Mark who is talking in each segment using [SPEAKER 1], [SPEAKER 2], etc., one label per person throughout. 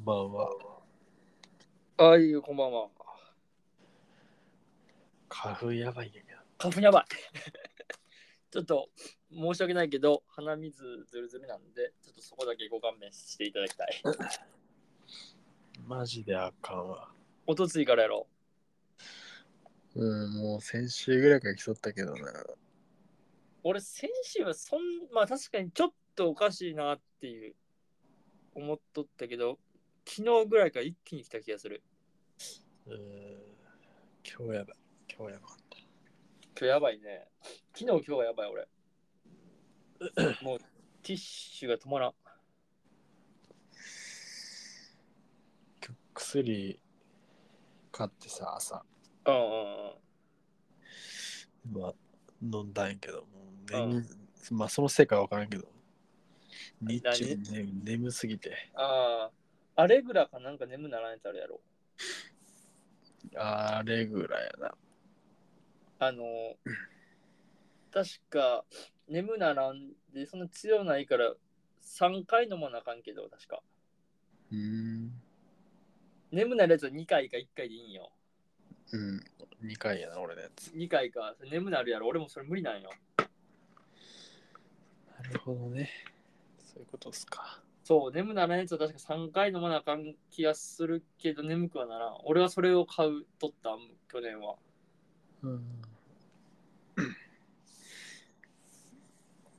[SPEAKER 1] んばんは。
[SPEAKER 2] あいいよ、こんばんは。
[SPEAKER 1] 花粉やばいんやけど。
[SPEAKER 2] 花粉やばい。 ちょっと申し訳ないけど、鼻水ずるずるなんで、ちょっとそこだけご勘弁していただきたい。
[SPEAKER 1] マジであかんわ。
[SPEAKER 2] おとついからやろ
[SPEAKER 1] うん、もう先週ぐらいから競ったけどな。
[SPEAKER 2] う。俺、先週はそん、まあ確かにちょっとおかしいなっていう思っとったけど、昨日ぐらいから一気に来た気がする。
[SPEAKER 1] うん、今日やばい。今日やばい。
[SPEAKER 2] 今日やばいね。昨日、今日はやばい、俺。 もうティッシュが止まらん。
[SPEAKER 1] 今日薬買ってさ、朝。
[SPEAKER 2] うんうんうん。
[SPEAKER 1] まあ、飲んだんやけど、もう
[SPEAKER 2] う
[SPEAKER 1] 眠、まあそのせいかわからんけど。日中、
[SPEAKER 2] 何
[SPEAKER 1] ね、眠すぎて。
[SPEAKER 2] ああ、アレグラかなんか眠ならんやつあるやろ。
[SPEAKER 1] あれぐらいやな。
[SPEAKER 2] あの、確か、眠ならんで、そんな強ないから、3回飲まなあかんけど、確か。
[SPEAKER 1] うん。
[SPEAKER 2] 眠なるやつは2回か1回でいいんよ。
[SPEAKER 1] うん。2回やな、俺のやつ。
[SPEAKER 2] 2回か、それ眠なるやろ。俺もそれ無理なんよ。
[SPEAKER 1] なるほどね。そういうことっすか。
[SPEAKER 2] そう、眠ならんやつは確か3回飲まなあかん気がするけど、眠くはならん。俺はそれを買う、とった、去年は。
[SPEAKER 1] うん。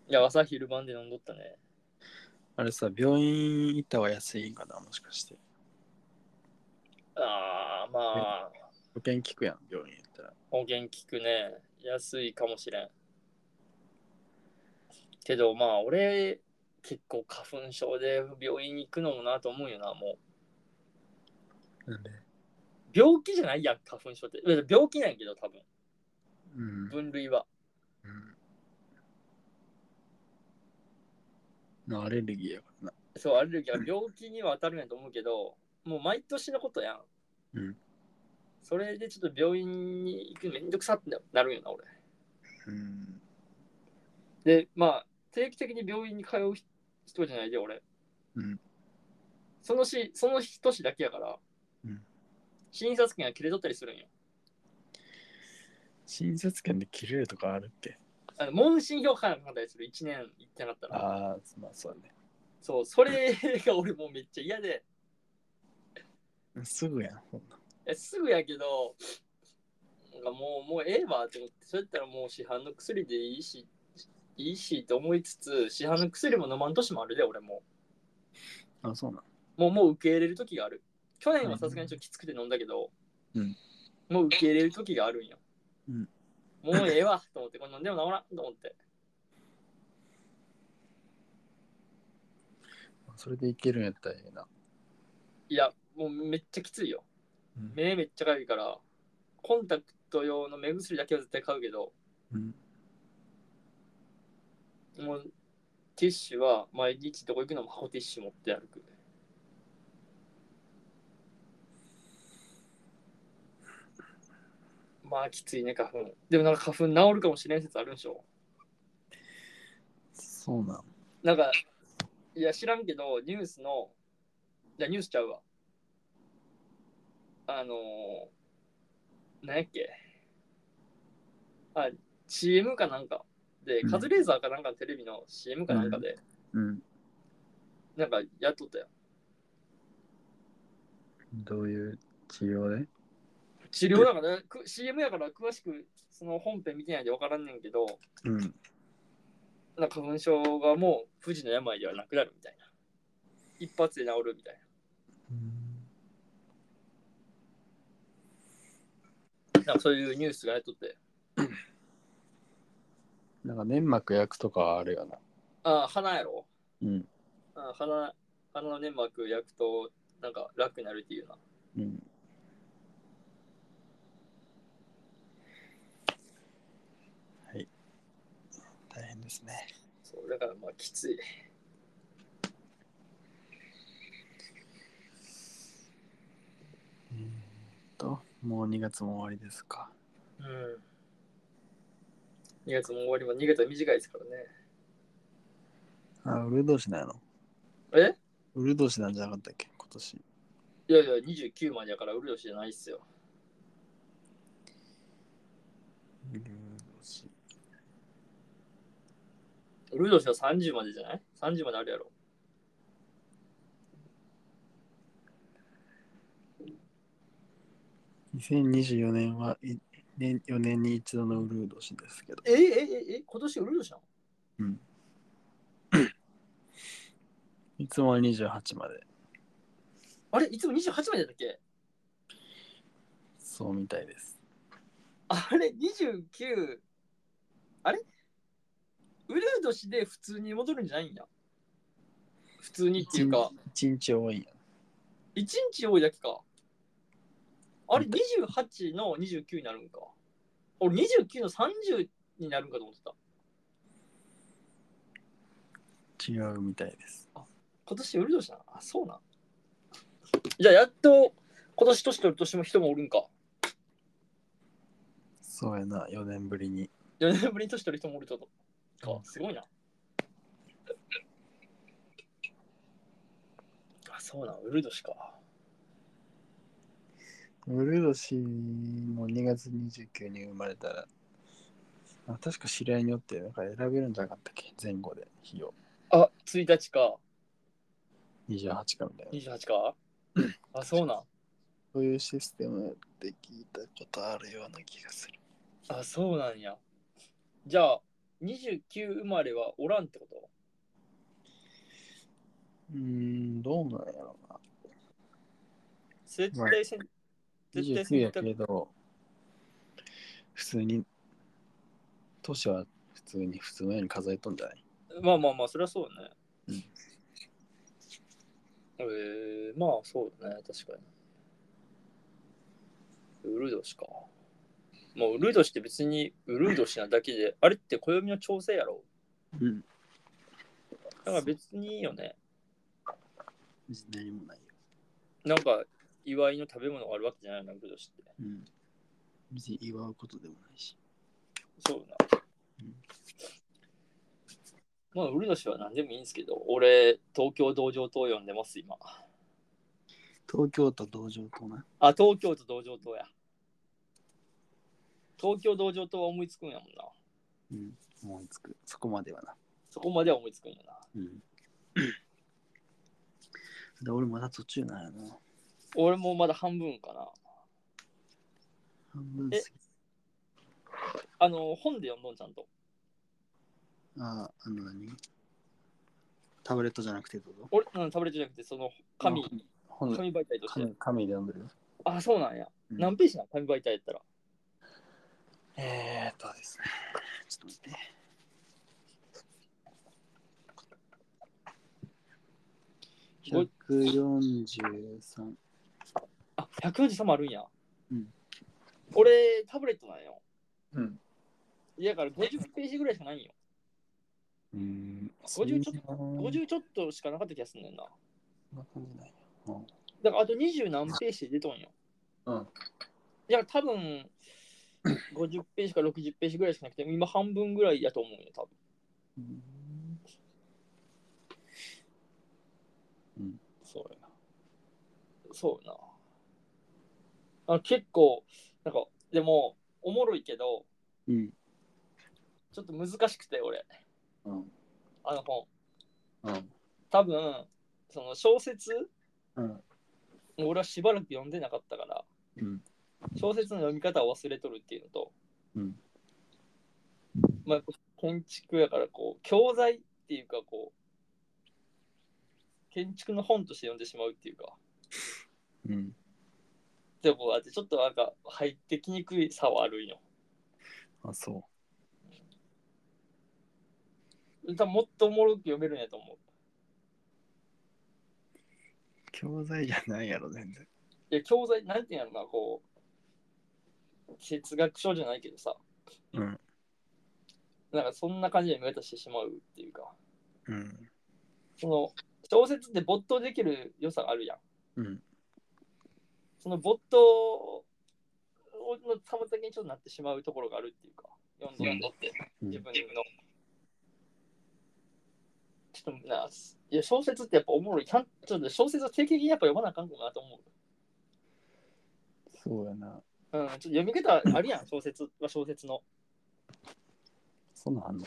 [SPEAKER 2] いや、朝昼晩で飲んどったね。
[SPEAKER 1] あれさ、病院行った方が安いんかな、もしかして。
[SPEAKER 2] ああ、まあ、
[SPEAKER 1] 保険聞くやん、病院行ったら。
[SPEAKER 2] 保険聞くね。安いかもしれん。けどまあ俺結構花粉症で病院に行くのもなと思うよなもう
[SPEAKER 1] なんで
[SPEAKER 2] 病気じゃないやん花粉症っていや病気なんやけど多分
[SPEAKER 1] うん。
[SPEAKER 2] 分類は
[SPEAKER 1] うんまあアレルギーやからな。
[SPEAKER 2] そうアレルギーは病気には当たるんやと思うけどもう毎年のことや
[SPEAKER 1] う
[SPEAKER 2] ん、
[SPEAKER 1] ん
[SPEAKER 2] それでちょっと病院に行くのめんどくさってなるんよな俺
[SPEAKER 1] うん。
[SPEAKER 2] でまあ定期的に病院に通う人じゃないで俺、
[SPEAKER 1] うん
[SPEAKER 2] そのしその一年だけやから、
[SPEAKER 1] うん
[SPEAKER 2] 診察券が切れとったりするんよ
[SPEAKER 1] 診察券で切れるとかあるっけ
[SPEAKER 2] あの問診票書かなかったりする1年行ってなかったら
[SPEAKER 1] ああ、まあそうだ
[SPEAKER 2] そうそれが俺もうめっちゃ嫌で
[SPEAKER 1] ね。すぐやん、ほんな。
[SPEAKER 2] えすぐやけどなんかもうもうええわって思ってそうやったらもう市販の薬でいいしいいしと思いつつ市販の薬も飲まん年もあるで俺も
[SPEAKER 1] あ、そうなん。
[SPEAKER 2] もうもう受け入れる時がある。去年はさすがにちょっときつくて飲んだけど、
[SPEAKER 1] うん
[SPEAKER 2] もう受け入れる時があるんよ。
[SPEAKER 1] うん
[SPEAKER 2] もうええわと思って、これ飲んでも治らんと思って。
[SPEAKER 1] それでいけるんやったらええな。
[SPEAKER 2] いや、もうめっちゃきついよ。
[SPEAKER 1] うん
[SPEAKER 2] 目めっちゃかゆいから、コンタクト用の目薬だけは絶対買うけど、
[SPEAKER 1] うん。
[SPEAKER 2] もうティッシュは毎日どこ行くのも箱ティッシュ持って歩く。まあきついね、花粉。でもなんか花粉治るかもしれん説あるんでしょ
[SPEAKER 1] そうなん。
[SPEAKER 2] なんか、いや、知らんけど、ニュースの、いや、ニュースちゃうわ。あのー、なんやっけ。あ、CM かなんか。で、
[SPEAKER 1] うん
[SPEAKER 2] カズレーザーかなんかのテレビの CM かなんかで、
[SPEAKER 1] うん。
[SPEAKER 2] なんかやっとったよ。
[SPEAKER 1] どういう治療で
[SPEAKER 2] 治療だから、く CM やから詳しくその本編見てないで分からんねんけど、
[SPEAKER 1] うん。
[SPEAKER 2] なんか花粉症がもう不治の病ではなくなるみたいな。一発で治るみたいな。なんかそういうニュースがやっとって。
[SPEAKER 1] なんか粘膜焼くとかはあるよな。
[SPEAKER 2] あ、鼻やろ
[SPEAKER 1] うん。
[SPEAKER 2] あ鼻鼻の粘膜焼くとなんか楽になるっていうな。
[SPEAKER 1] うん。はい。大変ですね。
[SPEAKER 2] そうだからまあきつい。
[SPEAKER 1] えーっと、もう2月も終わりですか。
[SPEAKER 2] うん。2月も終わりも2月は短いですからね。
[SPEAKER 1] あ、ウルドシなの
[SPEAKER 2] え
[SPEAKER 1] ウルドシなんじゃなかったっけ今年。
[SPEAKER 2] いやいや、29までやからうるよしじゃないっすよ。
[SPEAKER 1] うるう年
[SPEAKER 2] うるよしは30までじゃない ?30 まであるやろ。
[SPEAKER 1] 2024年は1年4年に一度のうるう年ですけど
[SPEAKER 2] ええええ今年うるよしなの
[SPEAKER 1] いつもは28まで
[SPEAKER 2] あれいつも28までだっけ
[SPEAKER 1] そうみたいです
[SPEAKER 2] あれ ?29。あれうるう年で普通に戻るんじゃないんや。普通にっていうか、
[SPEAKER 1] 1日多いんや
[SPEAKER 2] 1日多いだけか。あれ ?28 の29になるんか。俺29の30になるんかと思ってた。
[SPEAKER 1] 違うみたいです
[SPEAKER 2] 今年うる年なのあ、そうなん。じゃあやっと今年年取る年も人もおるんか。
[SPEAKER 1] そうやな4年ぶりに
[SPEAKER 2] 4年ぶりに年取る人もおると
[SPEAKER 1] う
[SPEAKER 2] か
[SPEAKER 1] ん
[SPEAKER 2] すごいなあそうなんウルド氏か
[SPEAKER 1] うるう年の2月29に生まれたらあ確か知り合いによってなんか選べるんじゃなかったっけ前後で日を
[SPEAKER 2] あ1日か
[SPEAKER 1] 28かみたいな
[SPEAKER 2] 28かあそうなん
[SPEAKER 1] そういうシステムで聞いたことあるような気がする
[SPEAKER 2] あそうなんやじゃあ29生まれはおらんってこと
[SPEAKER 1] うーんどうなんやろうな
[SPEAKER 2] 絶対せん、絶対
[SPEAKER 1] 29
[SPEAKER 2] 選
[SPEAKER 1] や
[SPEAKER 2] 択
[SPEAKER 1] けど、普通に、年は普通に普通のように数えとんじゃない
[SPEAKER 2] まあまあまあそりゃそうね
[SPEAKER 1] うん
[SPEAKER 2] えー、まあそうだね確かにウルド氏かもうウルド氏って別にウルド氏なだけであれって暦の調整やろ
[SPEAKER 1] うん。
[SPEAKER 2] だから別にいいよね
[SPEAKER 1] 何もないよ。
[SPEAKER 2] なんか祝いの食べ物があるわけじゃないなウルド氏って
[SPEAKER 1] うん。別に祝うことでもないし。
[SPEAKER 2] そうだ
[SPEAKER 1] うん
[SPEAKER 2] なまあウルド氏は何でもいいんですけど俺東京道場と呼んでます今
[SPEAKER 1] 東京都道場とな。
[SPEAKER 2] あ、東京都道場島や。東京道場島は思いつくんやもんな。
[SPEAKER 1] うん。思いつく。そこまではな。
[SPEAKER 2] そこまでは思いつくんやな。
[SPEAKER 1] うん。で俺まだ途中なんやな。
[SPEAKER 2] 俺もまだ半分かな。
[SPEAKER 1] 半分過ぎ。
[SPEAKER 2] あの、本で読んどんちゃんと。
[SPEAKER 1] あ、あの何タブレットじゃなくてどうぞ。
[SPEAKER 2] 俺、うん、タブレットじゃなくて、その、紙、
[SPEAKER 1] 本
[SPEAKER 2] 紙媒体として。
[SPEAKER 1] 紙紙で読んでるよ。
[SPEAKER 2] あ、そうなんや。
[SPEAKER 1] うん
[SPEAKER 2] 何ページなん紙媒体やったら。
[SPEAKER 1] えーっとですね。ちょっと待って。143。
[SPEAKER 2] あ、143もあるんや。
[SPEAKER 1] うん
[SPEAKER 2] 俺、タブレットなんよ。
[SPEAKER 1] うん。
[SPEAKER 2] いやだから50ページぐらいしかないんよ。
[SPEAKER 1] うん。
[SPEAKER 2] 50ちょっ
[SPEAKER 1] と。
[SPEAKER 2] 50ちょっとしかなかった気がすんねんな。
[SPEAKER 1] そんな感じない
[SPEAKER 2] だからあと20何ページで出とんよ。
[SPEAKER 1] うん。
[SPEAKER 2] いや、多分50ページか60ページぐらいしかなくて、今半分ぐらいやと思うよ、多分
[SPEAKER 1] うん。うん。そうやな。
[SPEAKER 2] そうやな。あ結構、なんか、でも、おもろいけど、
[SPEAKER 1] うん。
[SPEAKER 2] ちょっと難しくて、俺、
[SPEAKER 1] うん。
[SPEAKER 2] あの本。
[SPEAKER 1] うん。
[SPEAKER 2] 多分その小説、
[SPEAKER 1] うん。
[SPEAKER 2] 俺はしばらく読んでなかったから、
[SPEAKER 1] うん。
[SPEAKER 2] 小説の読み方を忘れとるっていうのと、
[SPEAKER 1] うん
[SPEAKER 2] まあ、建築やからこう教材っていうかこう建築の本として読んでしまうっていうか
[SPEAKER 1] うん。
[SPEAKER 2] ってことがあってちょっとなんか入ってきにくい差はあるんよ。
[SPEAKER 1] あ、そう。
[SPEAKER 2] 多分もっとおもろく読めるんやと思う。
[SPEAKER 1] 教材じゃないやろ、全然。
[SPEAKER 2] いや教材なんていうんやろなこう哲学書じゃないけどさ、
[SPEAKER 1] うん
[SPEAKER 2] なんかそんな感じで読み方してしまうっていうか
[SPEAKER 1] うん。
[SPEAKER 2] その小説って没頭できる良さがあるや
[SPEAKER 1] う
[SPEAKER 2] ん。
[SPEAKER 1] ん。
[SPEAKER 2] その没頭の妨げにちょっとなってしまうところがあるっていうか、読んで読んどって、
[SPEAKER 1] うん
[SPEAKER 2] 自分の。ちょっとな、いや小説ってやっぱおもろい。ちゃんと小説は定期的にやっぱ読まなあかんかなと思う。
[SPEAKER 1] そうやな。
[SPEAKER 2] うん、ちょっと読み方あるやん、小説は小説の。
[SPEAKER 1] そんなんあんの
[SPEAKER 2] い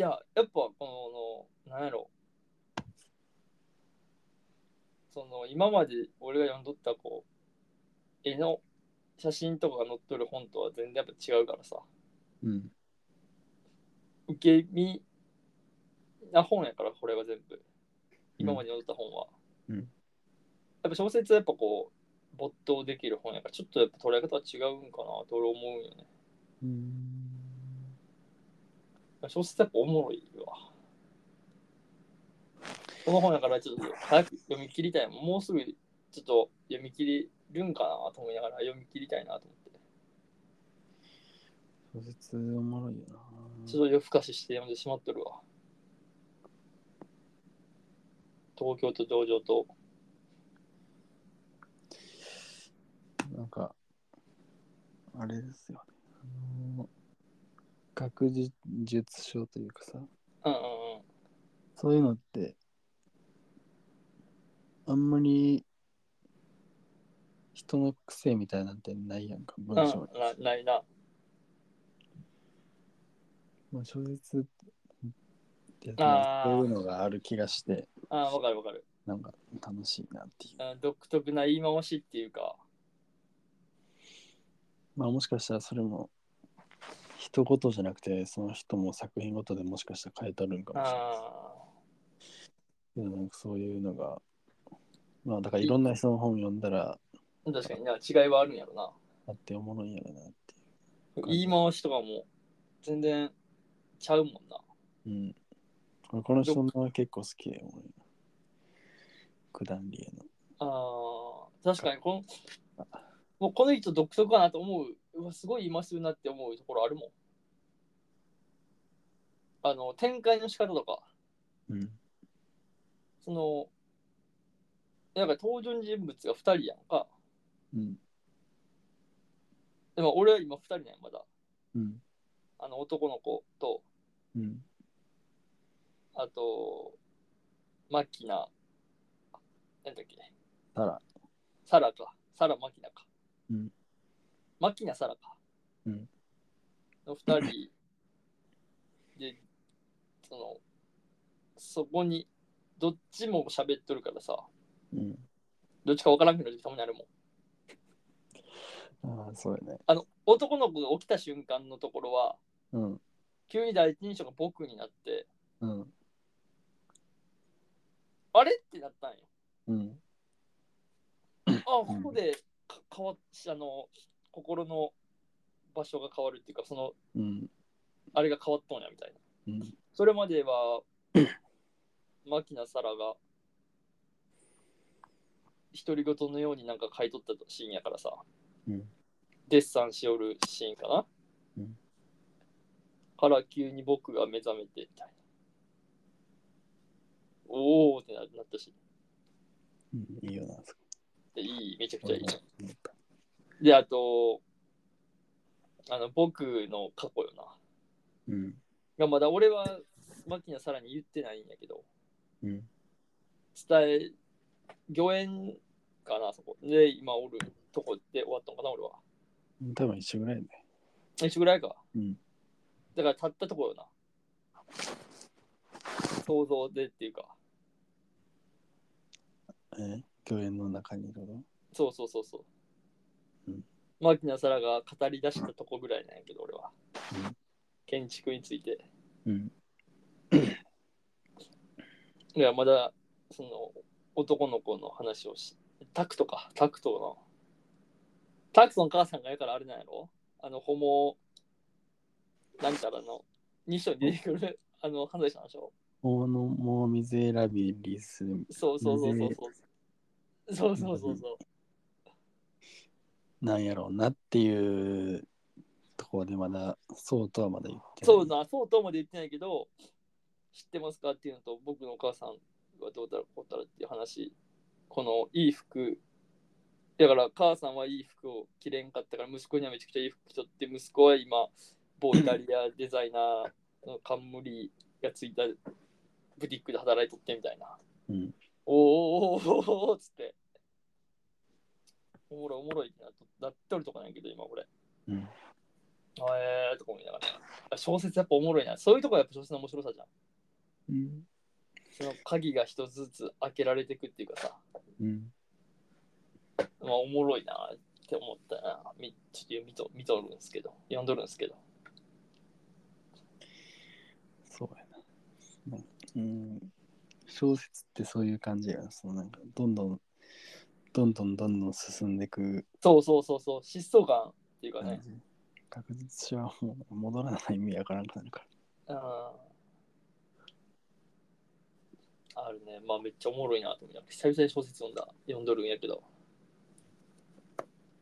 [SPEAKER 2] や、やっぱこの、なんやろ。その、今まで俺が読んどった、こう、絵の写真とかが載っとる本とは全然やっぱ違うからさ、
[SPEAKER 1] うん。
[SPEAKER 2] 受け身な本やから、これは全部。今まで読んどった本は。
[SPEAKER 1] うん
[SPEAKER 2] やっぱ小説はやっぱこう、没頭できる本やから、ちょっとやっぱ捉え方は違うんかなと俺思うんよね。
[SPEAKER 1] うん。
[SPEAKER 2] 小説やっぱおもろいわ。この本だからちょっと早く読み切りたいもん。もうすぐちょっと読み切りるんかなと思いながら読み切りたいなと思
[SPEAKER 1] 小
[SPEAKER 2] って。
[SPEAKER 1] 説おもろいよな。
[SPEAKER 2] ちょっと夜更かしして読んでしまっとるわ。東京と上場と。
[SPEAKER 1] なんか、あれですよね。あの学術書というかさ、
[SPEAKER 2] うんうんうん。
[SPEAKER 1] そういうのって、あんまり人の癖みたいなんてないやんか、文
[SPEAKER 2] うん
[SPEAKER 1] 章に。
[SPEAKER 2] なないな。
[SPEAKER 1] まあ、小説って
[SPEAKER 2] あー
[SPEAKER 1] そういうのがある気がして、
[SPEAKER 2] ああ、わかるわかる、
[SPEAKER 1] なんか楽しいなっていう。
[SPEAKER 2] うん。独特な言い回しっていうか。
[SPEAKER 1] まあもしかしたらそれも一言じゃなくてその人も作品ごとでもしかしたら変えたるんかもしれないけど
[SPEAKER 2] あ
[SPEAKER 1] なんかそういうのがまあだからいろんな人の本読んだら
[SPEAKER 2] あ、確かにな。違いはあるんやろな。
[SPEAKER 1] あっておもろいんやろなってい
[SPEAKER 2] 言い回しとかも全然ちゃうもんな。
[SPEAKER 1] う。うん。俺この人のは結構好きや俺。九段理恵の。
[SPEAKER 2] ああ、確かにこの、もうこの人独特かなと思う。うわ、すごい言いまするなって思うところあるもん。あの、展開の仕方とか、
[SPEAKER 1] うん。
[SPEAKER 2] その、なんか登場人物が2人やんか。
[SPEAKER 1] うん。
[SPEAKER 2] でも俺は今2人なんや、まだ。
[SPEAKER 1] うん。
[SPEAKER 2] あの、男の子と、
[SPEAKER 1] うん。
[SPEAKER 2] あと、マキナ、なんだっけ、
[SPEAKER 1] たら。
[SPEAKER 2] サラか。サラ・マキナか。
[SPEAKER 1] うん
[SPEAKER 2] マキナ・サラか。
[SPEAKER 1] うん
[SPEAKER 2] の2人で、その、そこに、どっちも喋っとるからさ、
[SPEAKER 1] うん。
[SPEAKER 2] どっちか分からんくなる時たまにあるもん。
[SPEAKER 1] ああ、そうやね。
[SPEAKER 2] あの、男の子が起きた瞬間のところは、
[SPEAKER 1] うん。
[SPEAKER 2] 急に第一印象が僕になって、
[SPEAKER 1] うん。
[SPEAKER 2] あれってなったんよ。
[SPEAKER 1] うん。
[SPEAKER 2] あ、ここでか変わっあの、心の場所が変わるっていうか、その、
[SPEAKER 1] うん。
[SPEAKER 2] あれが変わっとんやみたいな。
[SPEAKER 1] うん。
[SPEAKER 2] それまで は、マキナ・サラが、独り言のようになんか書いとったシーンやからさ、
[SPEAKER 1] うん
[SPEAKER 2] デッサンしおるシーンかな、
[SPEAKER 1] うん
[SPEAKER 2] から急に僕が目覚めてみたいな。おーってななったし、
[SPEAKER 1] うんいいよな、そこ。
[SPEAKER 2] でいい、めちゃくちゃいい。
[SPEAKER 1] 思った
[SPEAKER 2] で、あと、あの、僕の過去よな。
[SPEAKER 1] うん。
[SPEAKER 2] がまだ俺はマキナ・サラに言ってないんやけど、
[SPEAKER 1] うん。
[SPEAKER 2] 伝え、御苑かな、そこ。で、今おるとこで終わったのかな、俺は。
[SPEAKER 1] 多分一緒ぐらいね。
[SPEAKER 2] 一緒ぐらいか。
[SPEAKER 1] うん。
[SPEAKER 2] だから、たったところよな。想像でっていうか。
[SPEAKER 1] え共演の中にいるの。
[SPEAKER 2] そうそうそうそううんマキナ・サラが語り出したとこぐらいなんやけど、俺は
[SPEAKER 1] うん。
[SPEAKER 2] 建築について。
[SPEAKER 1] うん。
[SPEAKER 2] いや、まだ、その、男の子の話をし、タクトか、タクトの。タクトの母さんがやからあれなんやろあの、ホモ、なんたらの、2章に出てくる、あの、犯罪者なんでしょ
[SPEAKER 1] もの、もう水選びリス。
[SPEAKER 2] そうそうそうそうそう。そうそうそうそう。
[SPEAKER 1] なんやろうなっていうところでまだ、そうとはまだ言ってない。
[SPEAKER 2] そうな、そうとまで言ってないけど、知ってますかっていうのと、僕のお母さんはどうだろう、こうだろうっていう話、このいい服、だから母さんはいい服を着れんかったから、息子にはめちゃくちゃいい服着とって、息子は今、某イタリアデザイナーの冠がついたブティックで働いとってみたいな。
[SPEAKER 1] うん。
[SPEAKER 2] おーおーおーおーおーっつって。おもろいおもろいってなっとなっとるとかなんやけど、今俺。
[SPEAKER 1] うん
[SPEAKER 2] あえーとか思いながら。あ小説やっぱおもろいな。そういうとこがやっぱ小説の面白さじゃん。
[SPEAKER 1] うん。
[SPEAKER 2] その鍵が一つずつ開けられていくっていうかさ、
[SPEAKER 1] うん。
[SPEAKER 2] まあおもろいなって思ったな。みちょっと見と見とるんですけど、読んどるんですけど。
[SPEAKER 1] そうやな。うん。小説ってそういう感じやな。そのなんか、どんどん、どんどんどんどん進んでいく
[SPEAKER 2] そうそうそうそう、疾走感っていうか
[SPEAKER 1] 感
[SPEAKER 2] ね。
[SPEAKER 1] じ。確実者はもう戻らない意味わからなくなるから。
[SPEAKER 2] うん。あるね。まあめっちゃおもろいなと思いながら久々に小説読んだ。読んどるんやけど。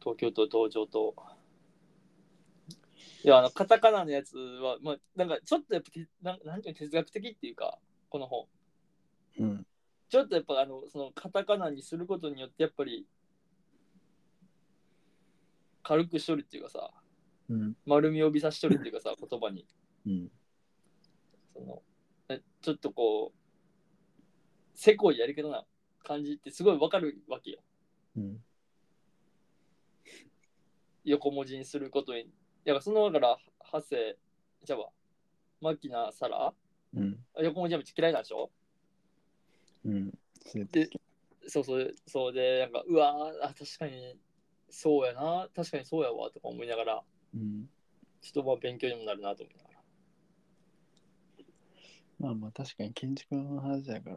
[SPEAKER 2] 東京と東京と。いや、あの、カタカナのやつは、まあ、なんかちょっとやっぱけ、なんなんていうの哲学的っていうか、この本。
[SPEAKER 1] うん。
[SPEAKER 2] ちょっとやっぱあのそのカタカナにすることによってやっぱり軽くしとるっていうかさ
[SPEAKER 1] うん。
[SPEAKER 2] 丸みを帯びさしとるっていうかさ言葉に
[SPEAKER 1] うん。
[SPEAKER 2] そのえちょっとこうせこいやり方な感じってすごいわかるわけよ
[SPEAKER 1] うん。
[SPEAKER 2] 横文字にすることにだからそのだからハセじゃあマキナサラ
[SPEAKER 1] うん。
[SPEAKER 2] 横文字はめっちゃ嫌いなんでしょ
[SPEAKER 1] うん。そうやっ
[SPEAKER 2] でそうそうそうでなんかうわーあ確かにそうやな確かにそうやわとか思いながら
[SPEAKER 1] うん。
[SPEAKER 2] 人は勉強にもなるなと思いながら。
[SPEAKER 1] まあまあ、確かに建築の話やから、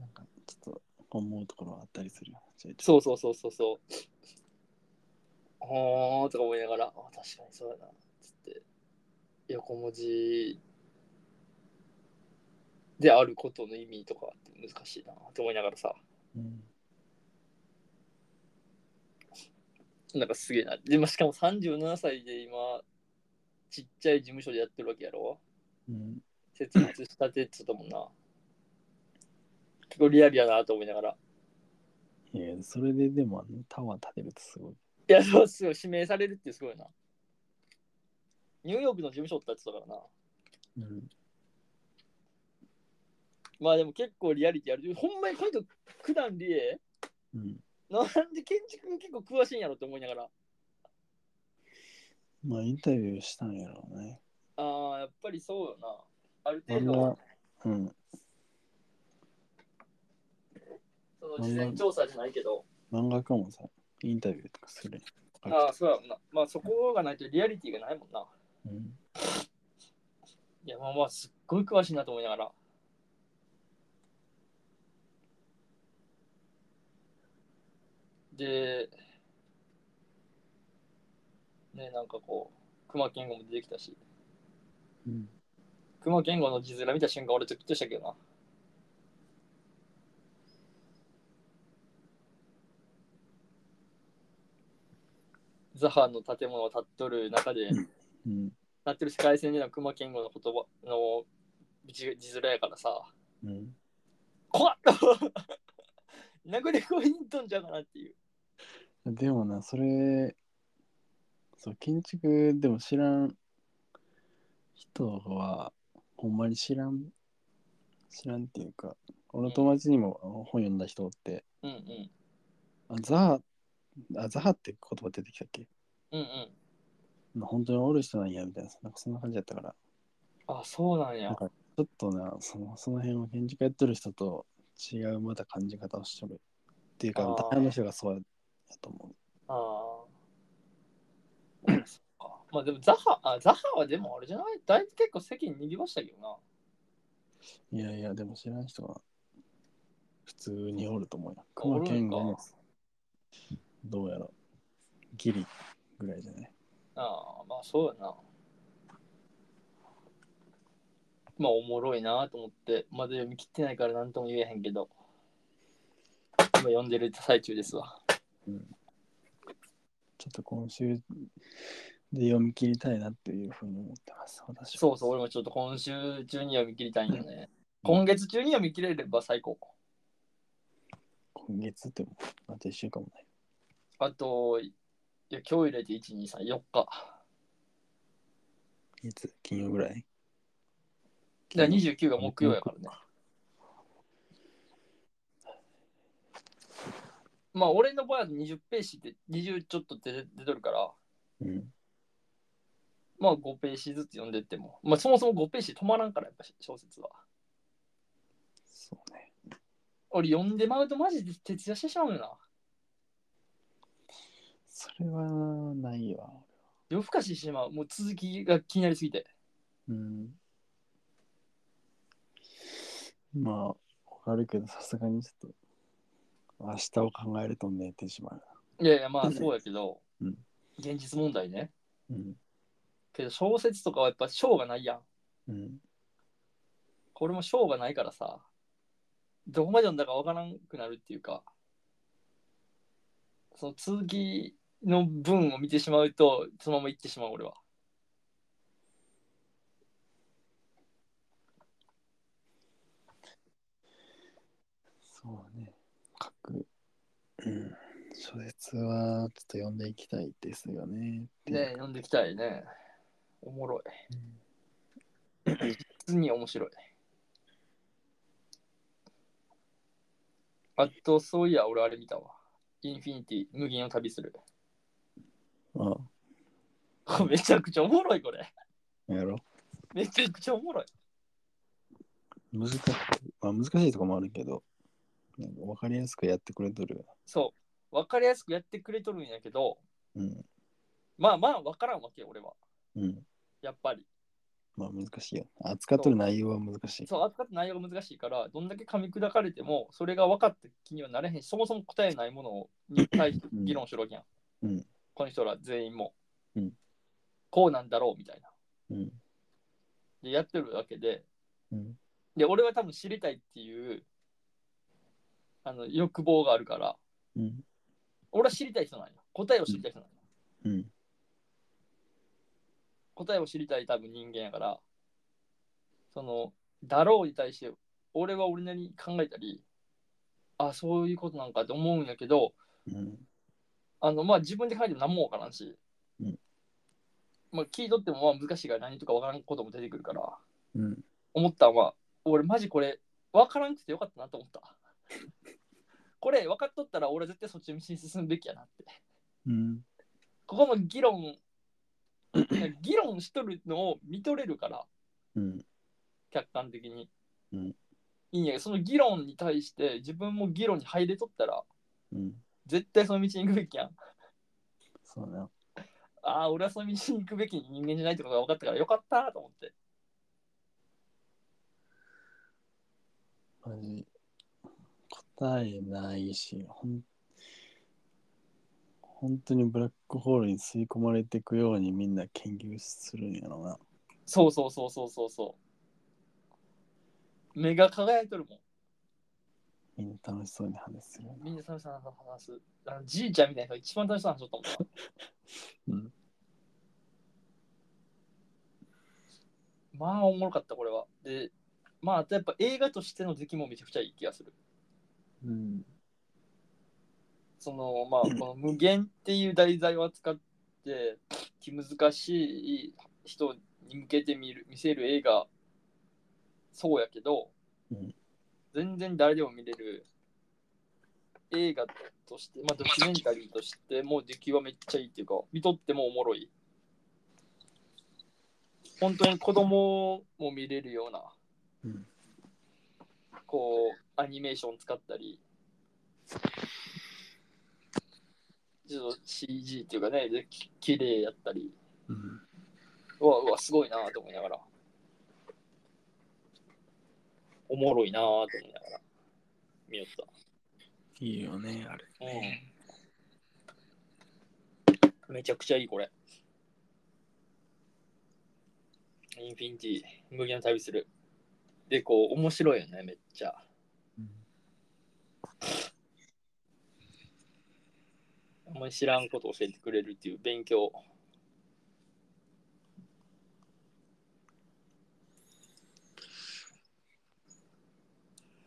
[SPEAKER 1] なんか、ちょっと思うところはあったりするよな。ちょいちょい
[SPEAKER 2] そうそうそうそうそう。ほーとか思いながら、あ確かにそうやな。つって、横文字であることの意味とかって難しいなと思いながらさ、
[SPEAKER 1] うん。
[SPEAKER 2] なんかすげえな。で、まあ、しかも37歳で今、ちっちゃい事務所でやってるわけやろ
[SPEAKER 1] うん。
[SPEAKER 2] 設立したてって言ってたもんな。結構リアルやなと思いながら。
[SPEAKER 1] いや、それででも、あのタワー建てるとすごい。
[SPEAKER 2] いや、そうっすよ。指名されるってすごいな。ニューヨークの事務所ってやってたからな。
[SPEAKER 1] うん。
[SPEAKER 2] まあでも結構リアリティある。ほんまにこの人、普段理恵
[SPEAKER 1] うん。
[SPEAKER 2] なんで建築結構詳しいんやろって思いながら。
[SPEAKER 1] まあ、インタビューしたんやろうね。
[SPEAKER 2] ああ、やっぱりそうよな。ある
[SPEAKER 1] あ
[SPEAKER 2] 程
[SPEAKER 1] ん
[SPEAKER 2] 度
[SPEAKER 1] な
[SPEAKER 2] は、
[SPEAKER 1] うん。
[SPEAKER 2] その事前調査じゃないけど。
[SPEAKER 1] 漫画家もさ、インタビューとかするやん。
[SPEAKER 2] ああ、そうやもんな。まあそこがないとリアリティがないもんな。
[SPEAKER 1] うん。
[SPEAKER 2] いや、まあまあ、すっごい詳しいなと思いながら。で、ね、なんかこう、熊健吾も出てきたし、
[SPEAKER 1] うん。
[SPEAKER 2] 熊健吾の字面見た瞬間、俺ちょっときっとしたけどな。ザハの建物を建っとる中で、
[SPEAKER 1] うん。
[SPEAKER 2] なってる世界線での熊健吾の言葉の字字面やからさ、
[SPEAKER 1] うん。
[SPEAKER 2] 怖っ殴り込みに行っとんじゃうかなっていう。
[SPEAKER 1] でもな、それ、そう、建築でも知らん人は、ほんまに知らん、知らんっていうか、俺の友達にもあの本読んだ人おって、
[SPEAKER 2] うんうん。
[SPEAKER 1] あザハ、あザハって言葉出てきたっけ
[SPEAKER 2] うんうん。
[SPEAKER 1] 本当におる人なんや、みたいな、なんかそんな感じだったから、
[SPEAKER 2] あ、そうなん
[SPEAKER 1] な
[SPEAKER 2] や
[SPEAKER 1] ん。かちょっとな、そのその辺を建築やってる人と違うまた感じ方をしとる。っていうか、
[SPEAKER 2] あー
[SPEAKER 1] 大半の人がそうやと思
[SPEAKER 2] ああ。そっかまあでもザハ、あザハはでもあれじゃないだいぶ結構席に逃げましたけどな。
[SPEAKER 1] う。いやいや、でも知らん人は普通におると思うよ。
[SPEAKER 2] お
[SPEAKER 1] 熊
[SPEAKER 2] る
[SPEAKER 1] 健
[SPEAKER 2] ん
[SPEAKER 1] 吾も
[SPEAKER 2] か。
[SPEAKER 1] どうやろギリぐらいじゃない。
[SPEAKER 2] ああ、まあそうやな。まあおもろいなと思って、まだ読み切ってないから何とも言えへんけど、今読んでる最中ですわ。
[SPEAKER 1] ちょっと今週で読み切りたいなっていうふうに思ってます。私は
[SPEAKER 2] そうそう、俺もちょっと今週中に読み切りたいんよね。
[SPEAKER 1] うん
[SPEAKER 2] 今月中に読み切れれば最高。
[SPEAKER 1] 今月ってもあと1週間もない。
[SPEAKER 2] あと、いや今日入れて1、2、3、4日。
[SPEAKER 1] いつ金曜ぐらい
[SPEAKER 2] だから29が木曜やからね。まあ俺の場合は20ページって20ちょっと出て出とるから、
[SPEAKER 1] うん。
[SPEAKER 2] まあ5ページずつ読んでっても、まあそもそも5ページ止まらんからやっぱし小説は。
[SPEAKER 1] そうね。
[SPEAKER 2] 俺読んでまうとマジで徹夜してしまうよな。
[SPEAKER 1] それはないわ。
[SPEAKER 2] 夜更かししてしまう。もう続きが気になりすぎて。
[SPEAKER 1] うん。まあ、わかるけど、さすがにちょっと、明日を考えると寝てしまう
[SPEAKER 2] いやいやまあそうやけど、
[SPEAKER 1] うん
[SPEAKER 2] 現実問題ね。
[SPEAKER 1] な。うん。
[SPEAKER 2] けど小説とかはやっぱ章がないやん。
[SPEAKER 1] うん。
[SPEAKER 2] これも章がないからさ、どこまで読んだかわからんくなるっていうか、その続きの文を見てしまうと、そのまま行ってしまう俺は。
[SPEAKER 1] そうね。書く。うん。小説はちょっと読んでいきたいですよね。
[SPEAKER 2] ねえ、読んでいきたいね。おもろい。普通に面白い。あと、そういや、俺あれ見たわ。インフィニティ、無限を旅する。
[SPEAKER 1] あ、
[SPEAKER 2] めちゃくちゃおもろい、これ。
[SPEAKER 1] やろ
[SPEAKER 2] めちゃくちゃおもろい。
[SPEAKER 1] う。難しい。まあ難しいとこもあるけど、なんか分かりやすくやってくれとる。
[SPEAKER 2] そう。わかりやすくやってくれとるんやけど、
[SPEAKER 1] うん。
[SPEAKER 2] まあまあ分からんわけよ、俺は。
[SPEAKER 1] うん。
[SPEAKER 2] やっぱり。
[SPEAKER 1] まあ難しいよ。扱っとる内容は難しい。
[SPEAKER 2] そう、扱って内容が難しいから、どんだけ噛み砕かれても、それが分かった気にはなれへんし、そもそも答えないものをに対して議論しろきやん。
[SPEAKER 1] うん
[SPEAKER 2] この人ら全員も、
[SPEAKER 1] うん
[SPEAKER 2] こうなんだろうみたいな。
[SPEAKER 1] うん。
[SPEAKER 2] で、やってるわけで、
[SPEAKER 1] うん。
[SPEAKER 2] で、俺は多分知りたいっていう、あの、欲望があるから、
[SPEAKER 1] うん。
[SPEAKER 2] 俺は知りたい人なんよ。答えを知りたい人なんよ。
[SPEAKER 1] うん。
[SPEAKER 2] 答えを知りたい多分人間やからその「だろう」に対して俺は俺なりに考えたりあそういうことなんかって思うんやけど
[SPEAKER 1] うん。
[SPEAKER 2] あのまあ自分で考えても何もわからんし、
[SPEAKER 1] うん
[SPEAKER 2] まあ、聞いとってもまあ難しいから何とかわからんことも出てくるから
[SPEAKER 1] うん。
[SPEAKER 2] 思ったんは俺マジこれわからんくてよかったなと思った これ分かっとったら俺は絶対そっちの道に進むべきやなって
[SPEAKER 1] うん。
[SPEAKER 2] ここも 議論議論しとるのを見とれるから
[SPEAKER 1] うん。
[SPEAKER 2] 客観的に。
[SPEAKER 1] うん
[SPEAKER 2] いいんやけど、その議論に対して自分も議論に入れとったら、
[SPEAKER 1] うん。
[SPEAKER 2] 絶対その道に行くべきやん。
[SPEAKER 1] そうだよ。
[SPEAKER 2] ああ、俺はその道に行くべき人間じゃないってことが分かったからよかったと思って。
[SPEAKER 1] マジ。答えないし、ほん。本当にブラックホールに吸い込まれていくようにみんな研究するんやろうな。
[SPEAKER 2] そうそうそうそうそうそう。目が輝いとるもん。
[SPEAKER 1] みんな楽しそうに話するよな。
[SPEAKER 2] みんな楽しそうな話す。あのじいちゃんみたいな人が一番楽しそうな話しとったも ん
[SPEAKER 1] うん。
[SPEAKER 2] な。まあ、おもろかった、これは。で、まあ、あとやっぱ映画としての出来もめちゃくちゃいい気がする。
[SPEAKER 1] うん。
[SPEAKER 2] そのまあこの無限っていう題材を扱って気難しい人に向けて見る見せる映画そうやけど、
[SPEAKER 1] うん
[SPEAKER 2] 全然誰でも見れる映画として、まあ、ドキュメンタリーとしてもう出来はめっちゃいいっていうか見とってもおもろい本当に子供も見れるような、
[SPEAKER 1] うん
[SPEAKER 2] こうアニメーション使ったりちょっと CG っていうかね、でき綺麗やったり、
[SPEAKER 1] うん。
[SPEAKER 2] うわうわ、すごいなと思いながら、おもろいなと思いながら、見よった。
[SPEAKER 1] いいよね、あれ。
[SPEAKER 2] うん。めちゃくちゃいい、これ。インフィニティ、無限の旅する。で、こう、面白いよね、めっちゃ。あんまり知らんことを教えてくれるっていう勉強。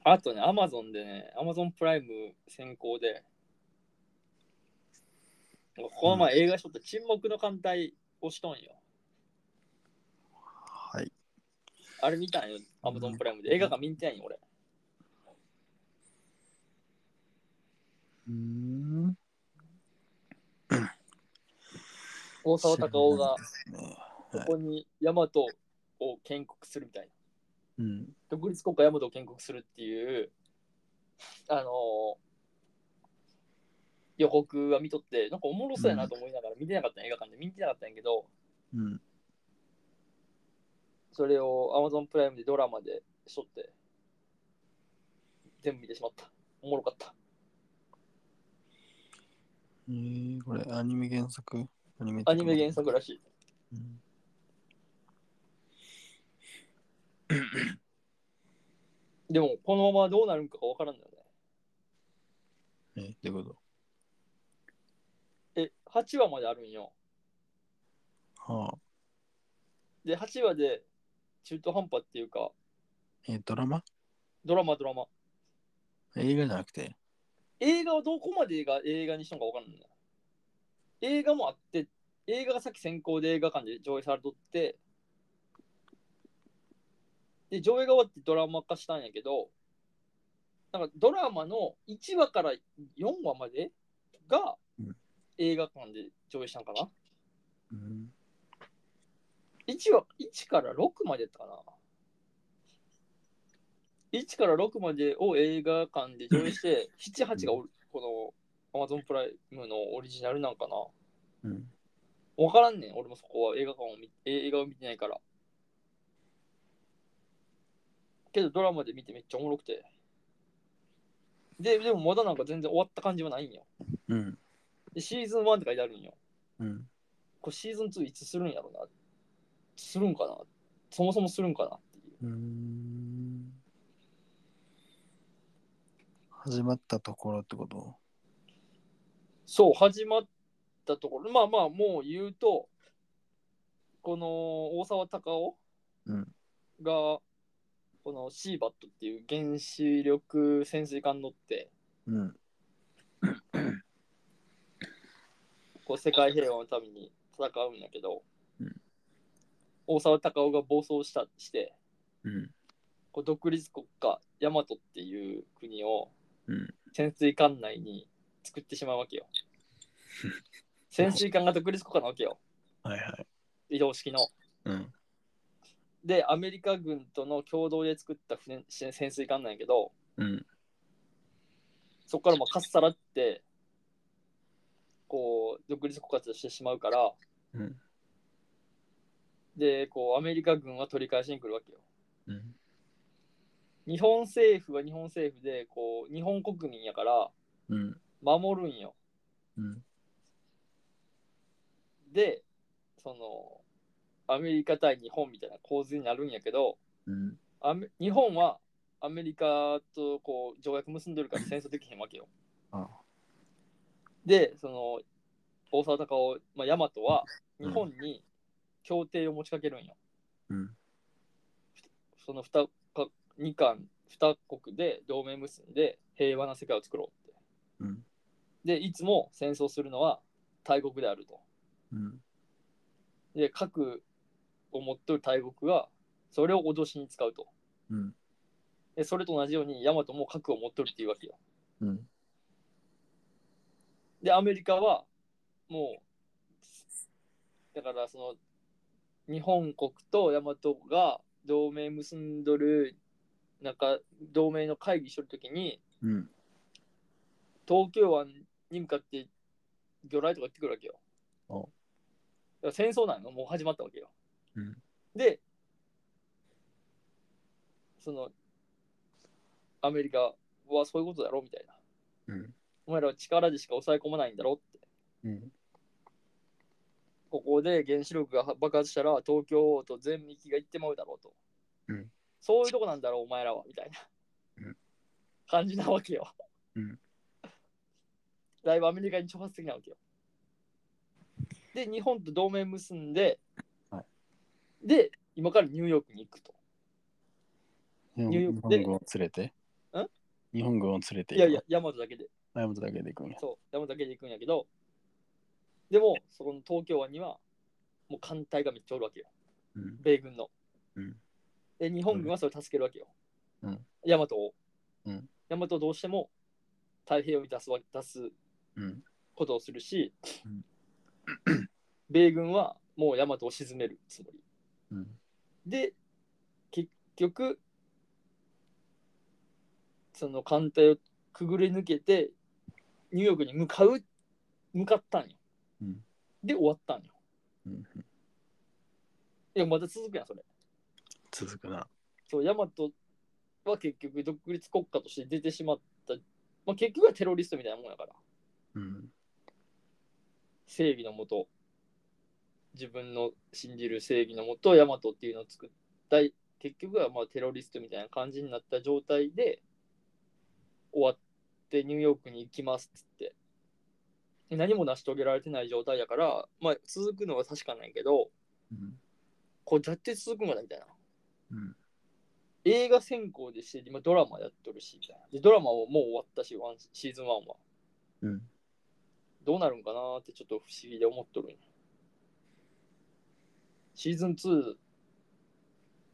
[SPEAKER 2] あとね、アマゾンでね、アマゾンプライム先行で、この前映画しとった沈黙の艦隊をしとんよ。
[SPEAKER 1] はい。
[SPEAKER 2] あれ見たんよ、アマゾンプライムで。映画館見てんよ、俺。
[SPEAKER 1] うん。
[SPEAKER 2] 大沢たかおが
[SPEAKER 1] 知らないですね
[SPEAKER 2] ここに大和を建国するみたいな
[SPEAKER 1] うん。
[SPEAKER 2] 独立国家大和を建国するっていうあのー予告は見とってなんかおもろそうやなと思いながら見てなかったんや映画館で見てなかったんやけど
[SPEAKER 1] うん。
[SPEAKER 2] それを Amazon プライムでドラマでしとって全部見てしまったおもろかった
[SPEAKER 1] えー、これ、アニメ原作アニメ
[SPEAKER 2] アニメ原作らしい
[SPEAKER 1] うん
[SPEAKER 2] でもこのままどうなるんかが分からんのよね
[SPEAKER 1] えー、ってこと
[SPEAKER 2] え8話まであるんよ
[SPEAKER 1] はあ。
[SPEAKER 2] で8話で中途半端っていうか
[SPEAKER 1] えー、ドラマ
[SPEAKER 2] ドラマドラマ
[SPEAKER 1] 映画じゃなくて。
[SPEAKER 2] 映画はどこまでが映画にしたのか分からんのよ映画もあって映画がさっき先行で映画館で上映されとってで上映が終わってドラマ化したんやけどなんかドラマの1話から4話までが
[SPEAKER 1] うん
[SPEAKER 2] 映画館で上映したんかな、
[SPEAKER 1] うん。
[SPEAKER 2] 1は1から6までやったかな1から6までを映画館で上映して78がおるこの Amazon プライムのオリジナルなんかな
[SPEAKER 1] うん。
[SPEAKER 2] 分からんねん俺もそこは映画館を見映画を見てないからけどドラマで見てめっちゃおもろくてででもまだなんか全然終わった感じはないんよ
[SPEAKER 1] うん。
[SPEAKER 2] でシーズン1って書いてあるんよ
[SPEAKER 1] うん。
[SPEAKER 2] これシーズン2いつするんやろなするんかなそもそもするんかなっていう
[SPEAKER 1] うーん。始まったところってこと
[SPEAKER 2] そう、始まったところ、まあまあ、もう言うと、この大沢たかお
[SPEAKER 1] うん
[SPEAKER 2] が、このシーバットっていう原子力潜水艦乗って、
[SPEAKER 1] うん。
[SPEAKER 2] こう世界平和のために戦うんだけど、
[SPEAKER 1] うん
[SPEAKER 2] 大沢たかおが暴走したして、
[SPEAKER 1] うん。
[SPEAKER 2] こう独立国家、ヤマトっていう国を
[SPEAKER 1] うん
[SPEAKER 2] 潜水艦内に作ってしまうわ けよ。潜水艦が独立国家なわけよ、
[SPEAKER 1] はいはい。
[SPEAKER 2] 移動式の。
[SPEAKER 1] うん。
[SPEAKER 2] でアメリカ軍との共同で作った船し潜水艦なんやけど
[SPEAKER 1] うん。
[SPEAKER 2] そこからもうかっさらってこう独立国家としてしまうから
[SPEAKER 1] うん。
[SPEAKER 2] でこうアメリカ軍は取り返しに来るわけよ
[SPEAKER 1] うん。
[SPEAKER 2] 日本政府は日本政府でこう日本国民やから
[SPEAKER 1] うん。
[SPEAKER 2] 守るんよ
[SPEAKER 1] うん。
[SPEAKER 2] でそのアメリカ対日本みたいな構図になるんやけど
[SPEAKER 1] うん。
[SPEAKER 2] アメ日本はアメリカとこう条約結んでるから戦争できへんわ けよ
[SPEAKER 1] あ
[SPEAKER 2] で、その、大沢たかお、まあ、ヤマトは、日本に協定を持ちかけるんよ。
[SPEAKER 1] うん。
[SPEAKER 2] その二か、二間、二国で同盟結んで、平和な世界を作ろうって。
[SPEAKER 1] うん。
[SPEAKER 2] で、いつも戦争するのは大国であると。
[SPEAKER 1] うん。
[SPEAKER 2] で、核を持っとる大国が、それを脅しに使うと。
[SPEAKER 1] うん。
[SPEAKER 2] で、それと同じように、ヤマトも核を持っとるっていうわけよ。
[SPEAKER 1] うん。
[SPEAKER 2] で、アメリカは、もう、だから、その、日本国と大和が同盟結んどる、なんか、同盟の会議しとるときに、
[SPEAKER 1] うん。
[SPEAKER 2] 東京湾に向かって魚雷とか行ってくるわけよ。
[SPEAKER 1] お
[SPEAKER 2] だから戦争なのもう始まったわけよ。
[SPEAKER 1] うん
[SPEAKER 2] で、その、アメリカはそういうことだろみたいな。
[SPEAKER 1] うん。
[SPEAKER 2] お前らは力でしか抑え込まないんだろって。
[SPEAKER 1] うん。
[SPEAKER 2] ここで原子力が爆発したら東京と全域が行ってまうだろうと、
[SPEAKER 1] うん
[SPEAKER 2] そういうとこなんだろうお前らはみたいな、
[SPEAKER 1] うん
[SPEAKER 2] 感じなわけよ、
[SPEAKER 1] うん
[SPEAKER 2] だいぶアメリカに挑発的なわけよで日本と同盟結んで、
[SPEAKER 1] は
[SPEAKER 2] で今からニューヨークに行くとニューヨークで
[SPEAKER 1] 日本語を連れて
[SPEAKER 2] ん
[SPEAKER 1] 日本語を連れて
[SPEAKER 2] いやいやヤマトだけで
[SPEAKER 1] 山本だけで行くんや。
[SPEAKER 2] そうヤマトだけで行くんやけどでもそこの東京湾にはもう艦隊がめっちゃおるわけよ
[SPEAKER 1] うん。
[SPEAKER 2] 米軍の。
[SPEAKER 1] うん
[SPEAKER 2] で、日本軍はそれを助けるわけよ。
[SPEAKER 1] うん
[SPEAKER 2] 大和を。
[SPEAKER 1] うん
[SPEAKER 2] 大和をどうしても太平洋に出すわ出す
[SPEAKER 1] うん。
[SPEAKER 2] ことをするし、米軍はもう大和を沈めるつもり
[SPEAKER 1] うん。
[SPEAKER 2] で結局その艦隊をくぐり抜けてニューヨークに向かう向かったんよ、
[SPEAKER 1] うん
[SPEAKER 2] で終わったんよ
[SPEAKER 1] うん
[SPEAKER 2] いやまた続くやんそれ
[SPEAKER 1] 続くな。
[SPEAKER 2] そう大和は結局独立国家として出てしまった、まあ、結局はテロリストみたいなもんやから
[SPEAKER 1] うん。
[SPEAKER 2] 正義のもと自分の信じる正義のもとヤマトっていうのを作ったい結局はまあテロリストみたいな感じになった状態で終わってニューヨークに行きますっつってで何も成し遂げられてない状態やから、まあ、続くのは確かなんやけど
[SPEAKER 1] うん。
[SPEAKER 2] こうやって続くんかなみたいな
[SPEAKER 1] うん。
[SPEAKER 2] 映画専攻でして今ドラマやっとるしみたいなでドラマももう終わったしワンシーズン1は
[SPEAKER 1] うん。
[SPEAKER 2] どうなるんかなーってちょっと不思議で思っとるんよシーズン2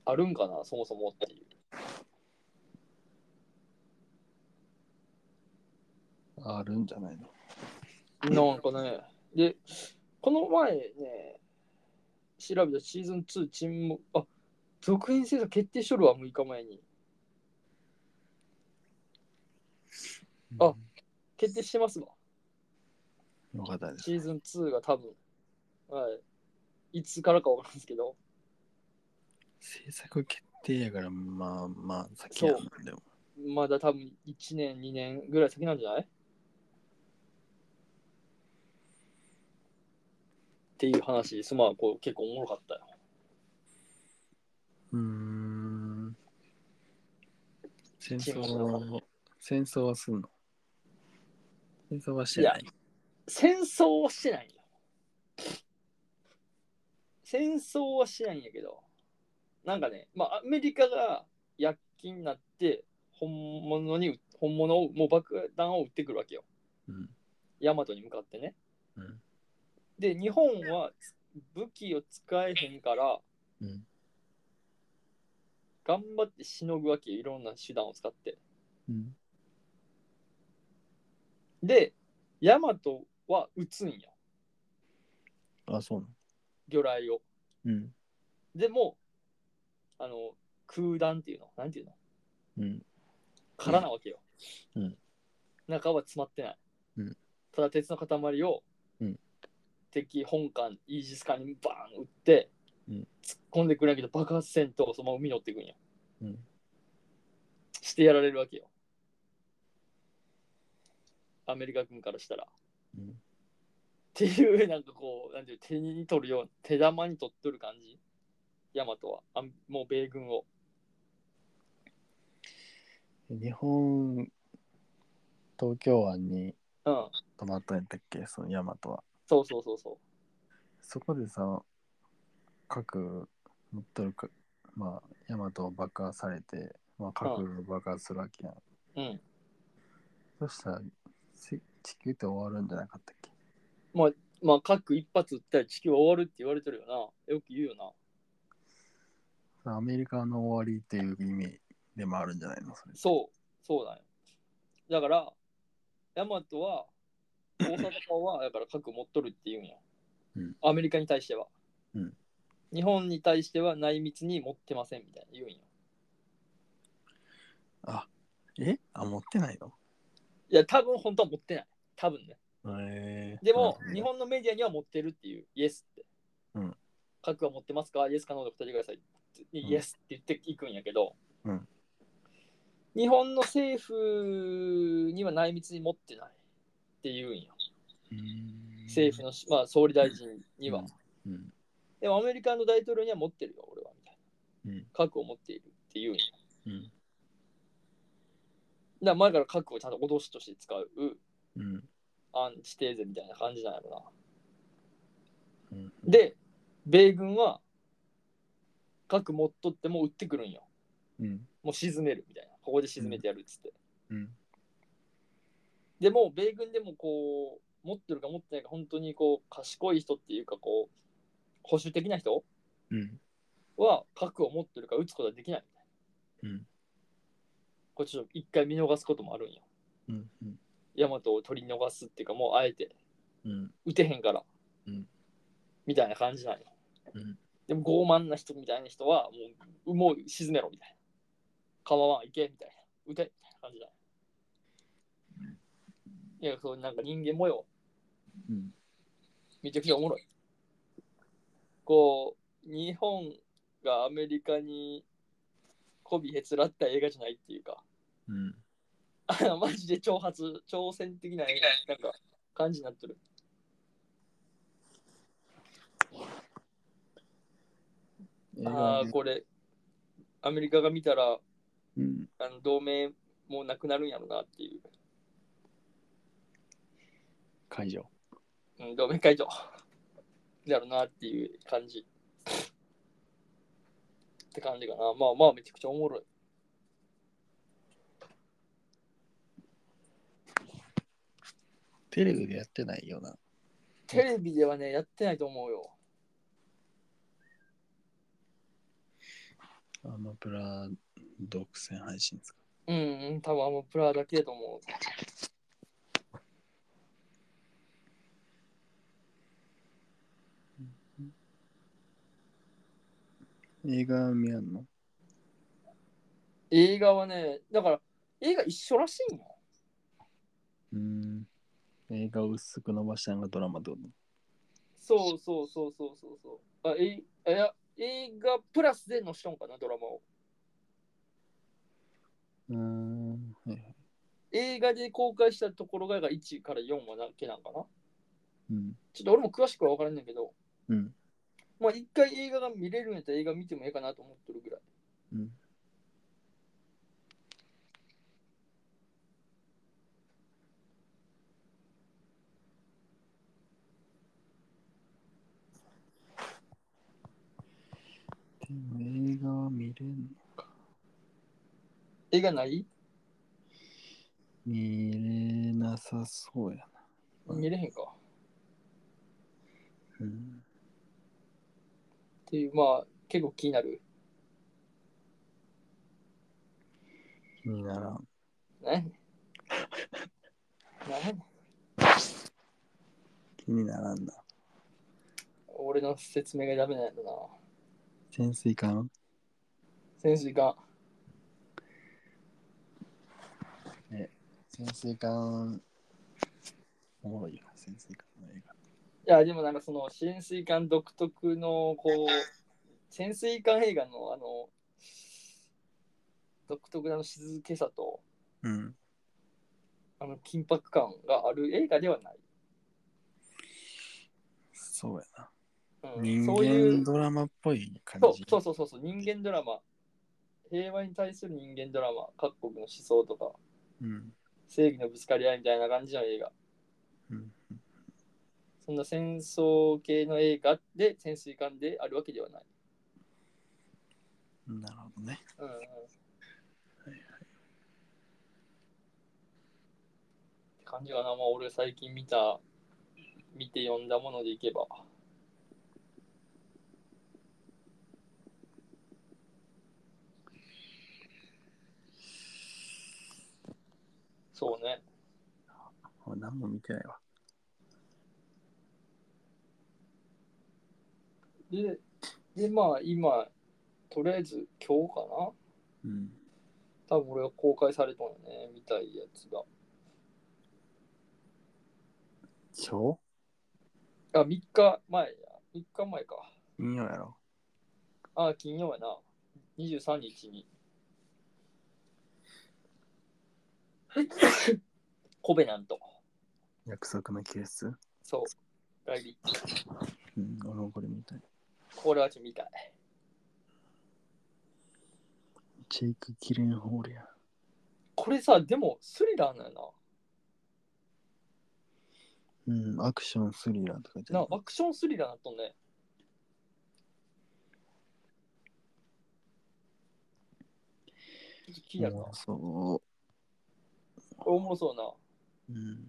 [SPEAKER 2] あるんかなそもそもっていう。
[SPEAKER 1] あるんじゃないの
[SPEAKER 2] なんかね。で、この前ね、調べたシーズン2沈黙、あ続編制作決定しとるわ、6日前に。あ決定してますわ、
[SPEAKER 1] うんよかったです。
[SPEAKER 2] シーズン2が多分。はい。いつからかわからんですけど。
[SPEAKER 1] 制作決定やから、まあまあ、先やな。でも。
[SPEAKER 2] まだ多分1年、2年ぐらい先なんじゃないっていう話です。まあ、こう結構おもろかったよ。
[SPEAKER 1] うーん。戦争
[SPEAKER 2] 沈黙
[SPEAKER 1] は、戦争はすんの戦争はしてない。
[SPEAKER 2] 戦争はしてないよ。戦争はしてないんやけど、なんかね、まあ、アメリカが躍起になって、本物に、本物を、もう爆弾を撃ってくるわけよ。
[SPEAKER 1] うん。
[SPEAKER 2] 大和に向かってね。
[SPEAKER 1] うん
[SPEAKER 2] で、日本は武器を使えへんから、
[SPEAKER 1] うん
[SPEAKER 2] 頑張ってしのぐわけよいろんな手段を使って。
[SPEAKER 1] うん。
[SPEAKER 2] で、ヤマトは撃つんよ、
[SPEAKER 1] あ、そうな
[SPEAKER 2] 魚雷を。
[SPEAKER 1] のうん。
[SPEAKER 2] でも、あの、空弾っていうの、なんていうの
[SPEAKER 1] うん。
[SPEAKER 2] 空なわけよ。
[SPEAKER 1] うん
[SPEAKER 2] 中は詰まってない。
[SPEAKER 1] うん
[SPEAKER 2] ただ鉄の塊を、
[SPEAKER 1] うん
[SPEAKER 2] 敵本艦、イージス艦にバーン撃って、
[SPEAKER 1] うん
[SPEAKER 2] 突っ込んでくるんやけど爆発せんとそのまま海に乗っていくんや。
[SPEAKER 1] うん
[SPEAKER 2] してやられるわけよ。アメリカ軍からしたら。
[SPEAKER 1] うん
[SPEAKER 2] っていう、なんかこう、なんていう、手に取るよう、手玉に取っとる感じ。ヤマトは、あんもう米軍を。
[SPEAKER 1] 日本、東京湾に
[SPEAKER 2] うん。
[SPEAKER 1] 泊まったんやったっけそのヤマトは。
[SPEAKER 2] そうそうそうそう。
[SPEAKER 1] そこでさ、核持っとるか、まあ、ヤマトを爆破されて、まあ、核を爆破するわけやん。
[SPEAKER 2] うん。
[SPEAKER 1] そしたら、せ地球って終わるんじゃなかったっけ
[SPEAKER 2] まあ、核一発撃ったら地球は終わるって言われてるよな。よく言うよな。
[SPEAKER 1] アメリカの終わりっていう意味でもあるんじゃないのそれ。
[SPEAKER 2] そう、そうだよ。だから、ヤマトは、大阪は、だから核持っとるって言うんや。
[SPEAKER 1] うん
[SPEAKER 2] アメリカに対しては。
[SPEAKER 1] うん
[SPEAKER 2] 日本に対しては内密に持ってませんみたいな言うんや。
[SPEAKER 1] あ、えあ、持ってないの
[SPEAKER 2] いや、多分本当は持ってない。多分ね。
[SPEAKER 1] へえ
[SPEAKER 2] でも、
[SPEAKER 1] うん
[SPEAKER 2] 日本のメディアには持ってるっていう、イエスって。
[SPEAKER 1] うん
[SPEAKER 2] 核は持ってますかイエスかノーで答えてくださいって。
[SPEAKER 1] ん
[SPEAKER 2] イエスって言っていくんやけど、
[SPEAKER 1] うん
[SPEAKER 2] 日本の政府には内密に持ってないって言うんよ。政府のし、まあ、総理大臣には。
[SPEAKER 1] うん。
[SPEAKER 2] でもアメリカの大統領には持ってるよ、俺はみたい
[SPEAKER 1] うん。
[SPEAKER 2] な。核を持っているって言うんよ。
[SPEAKER 1] うん。
[SPEAKER 2] だから前から核をちゃんと脅しとして使う
[SPEAKER 1] うん。
[SPEAKER 2] アンチテーゼみたいな感じなんやろな。
[SPEAKER 1] うん。
[SPEAKER 2] で、米軍は核持っとっても撃ってくるんよ。
[SPEAKER 1] うん。
[SPEAKER 2] もう沈めるみたいな。ここで沈めてやるっつって。
[SPEAKER 1] うん。
[SPEAKER 2] でもう米軍でもこう、持ってるか持ってないか、本当にこう、賢い人っていうか、こう、保守的な人
[SPEAKER 1] うん。
[SPEAKER 2] は核を持ってるから撃つことはできないみたいな。
[SPEAKER 1] うん
[SPEAKER 2] これちょっと一回見逃すこともあるんよ。
[SPEAKER 1] うん。
[SPEAKER 2] ヤマトを取り逃すっていうか、もうあえて
[SPEAKER 1] うん。
[SPEAKER 2] 撃てへんから。
[SPEAKER 1] うん
[SPEAKER 2] みたいな感じなんよ。
[SPEAKER 1] うん
[SPEAKER 2] でも傲慢な人みたいな人はもう、もう沈めろみたいな。構わん、行けみたいな。撃てみたいな感じだよ。いや、そうなんか人間模様、
[SPEAKER 1] うん
[SPEAKER 2] めちゃくちゃおもろい。こう、日本がアメリカに媚びへつらった映画じゃないっていうか、
[SPEAKER 1] うん
[SPEAKER 2] あマジで挑発、挑戦的ななんか感じになってる。
[SPEAKER 1] 映
[SPEAKER 2] あ
[SPEAKER 1] 画
[SPEAKER 2] あ、
[SPEAKER 1] ね
[SPEAKER 2] これ、アメリカが見たら、
[SPEAKER 1] うん
[SPEAKER 2] あの同盟もうなくなるんやろなっていう。
[SPEAKER 1] 解除
[SPEAKER 2] うん、同盟解除 やろなっていう感じ。って感じかな。まあまあ、めちゃくちゃおもろい。
[SPEAKER 1] テレビでやってないよな
[SPEAKER 2] テレビではね、やってないと思うよ。
[SPEAKER 1] アマプラ独占配信ですか
[SPEAKER 2] うん、うん、多分あのプラだけだと思う。
[SPEAKER 1] 映画見やんの
[SPEAKER 2] 映画はね、だから、映画一緒らしいの
[SPEAKER 1] うん映画を薄く伸ばしたのがドラマどう
[SPEAKER 2] そうそうそうそうそうそう。あ、えいあいや映画プラスでのしとんかな、ドラマを。
[SPEAKER 1] のうんはいはい
[SPEAKER 2] 映画で公開したところが1から4はだけなんかな
[SPEAKER 1] うん
[SPEAKER 2] ちょっと俺も詳しくは分からんねんけど、
[SPEAKER 1] うん
[SPEAKER 2] まあ一回映画が見れるんやったら映画見てもええかなと思ってるぐらい。
[SPEAKER 1] うんでも映画は見れんの
[SPEAKER 2] 映画ない
[SPEAKER 1] 見れなさそうやうん
[SPEAKER 2] 見れへんか。
[SPEAKER 1] な。うん。
[SPEAKER 2] っていう、まあ結構気になる。
[SPEAKER 1] 気にならん。
[SPEAKER 2] ね。 ね
[SPEAKER 1] 気にならんな。
[SPEAKER 2] 俺の説明がダメなんやろ
[SPEAKER 1] 潜水艦
[SPEAKER 2] な。潜水艦。
[SPEAKER 1] 潜水艦。おもろいよな、潜水艦の映画。
[SPEAKER 2] いや、でもなんかその潜水艦独特のこう、潜水艦映画のあの、独特な静けさと、
[SPEAKER 1] うん。
[SPEAKER 2] あの緊迫感がある映画ではない。
[SPEAKER 1] そうやな。
[SPEAKER 2] うん
[SPEAKER 1] 人
[SPEAKER 2] そうい
[SPEAKER 1] 間
[SPEAKER 2] う
[SPEAKER 1] ドラマっぽい感
[SPEAKER 2] そう
[SPEAKER 1] じ。
[SPEAKER 2] そうそうそうそう人間ドラマ平和に対する人間ドラマ各国の思想とか
[SPEAKER 1] うん。
[SPEAKER 2] 正義のぶつかり合いみたいな感じの映画
[SPEAKER 1] うん。
[SPEAKER 2] そんな戦争系の映画で潜水艦であるわけではない、
[SPEAKER 1] なるほどね。
[SPEAKER 2] うんうん、って感じかなまあ俺最近見た見て読んだものでいけばそうね
[SPEAKER 1] 俺何も見てないわ。
[SPEAKER 2] で、で、まあ今、とりあえず今日か
[SPEAKER 1] うん。
[SPEAKER 2] な多分俺は公開されたんよね、見たいやつが。
[SPEAKER 1] 今
[SPEAKER 2] あ、3日前や。3日前か。
[SPEAKER 1] 日見ようやろ。
[SPEAKER 2] あ、金曜やな。23日に。コベナント。
[SPEAKER 1] 約束の救出。
[SPEAKER 2] そう。ライリー
[SPEAKER 1] うん。俺もこれ見たい。
[SPEAKER 2] これはちょっと見たい。
[SPEAKER 1] ジェイク・キレンホールや。
[SPEAKER 2] これさ、でもスリラーなんや
[SPEAKER 1] うん。アクションスリラーとかじゃ
[SPEAKER 2] な。
[SPEAKER 1] な、
[SPEAKER 2] ないアクションスリラーなっとんね。ちょっと気になるな
[SPEAKER 1] おもろ。そ
[SPEAKER 2] これおもろそうやな。
[SPEAKER 1] う。うん。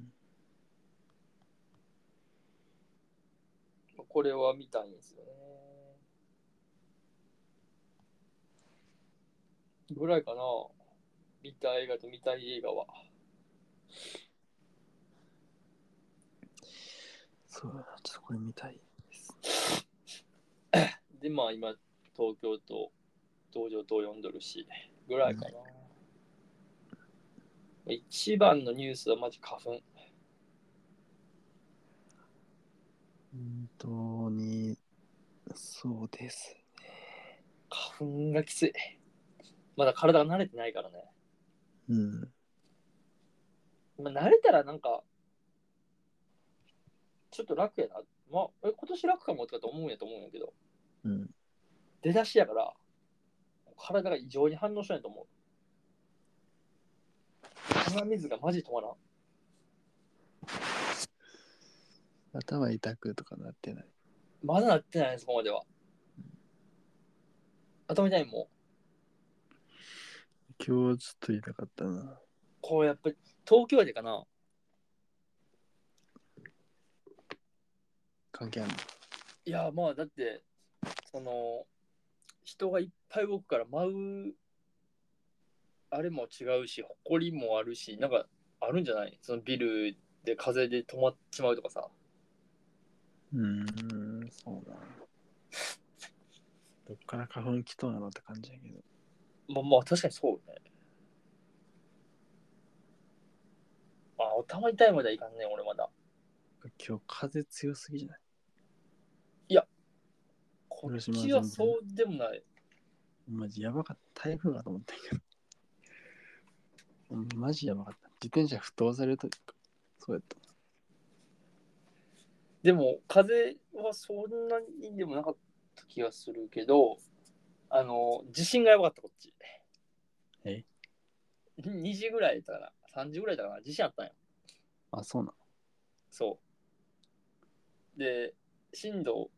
[SPEAKER 2] これは見たいんですよね。ぐらいかな。見たい映画と見たい映画は。
[SPEAKER 1] そうやな。ちょっとこれ見たいですね。
[SPEAKER 2] で、まあ今、東京と東上と読んどるし、ぐらいかな。一番のニュースはマジ花粉。
[SPEAKER 1] 本当に、そうです。
[SPEAKER 2] 花粉がきつい。まだ体が慣れてないからね。
[SPEAKER 1] うん。
[SPEAKER 2] まあ、慣れたらなんか、ちょっと楽やな。まあ、え今年楽かもとかと思うんやと思うんやけど、
[SPEAKER 1] うん。
[SPEAKER 2] 出だしやから、体が異常に反応しないと思う。鼻水がマジ止まらん。
[SPEAKER 1] 頭痛くとかなってない。
[SPEAKER 2] まだなってないねそこまでは。頭痛いもん。
[SPEAKER 1] 今日ちょっと痛かったな。
[SPEAKER 2] こうやっぱり東京でかな
[SPEAKER 1] 関係ある
[SPEAKER 2] いやまあだってその人がいっぱい動くから舞うあれも違うし埃もあるしなんかあるんじゃないそのビルで風で止まっちまうとかさ
[SPEAKER 1] うん、そうだな。どっから花粉来とんやろって感じやけど。
[SPEAKER 2] まあまあ確かにそうねあ頭痛いまではいかんね俺まだ
[SPEAKER 1] 今日風強すぎじゃない
[SPEAKER 2] こっちはそうでもない
[SPEAKER 1] マジやばかった。台風かと思ったけど。マジやばかった。自転車不当されるとそうやった。
[SPEAKER 2] でも風はそんなにでもなかった気がするけどあの地震がやばかったこっち
[SPEAKER 1] え
[SPEAKER 2] 2時ぐらいだったから3時ぐらいだったから地震あったんよ
[SPEAKER 1] あ、そうな
[SPEAKER 2] そうで震度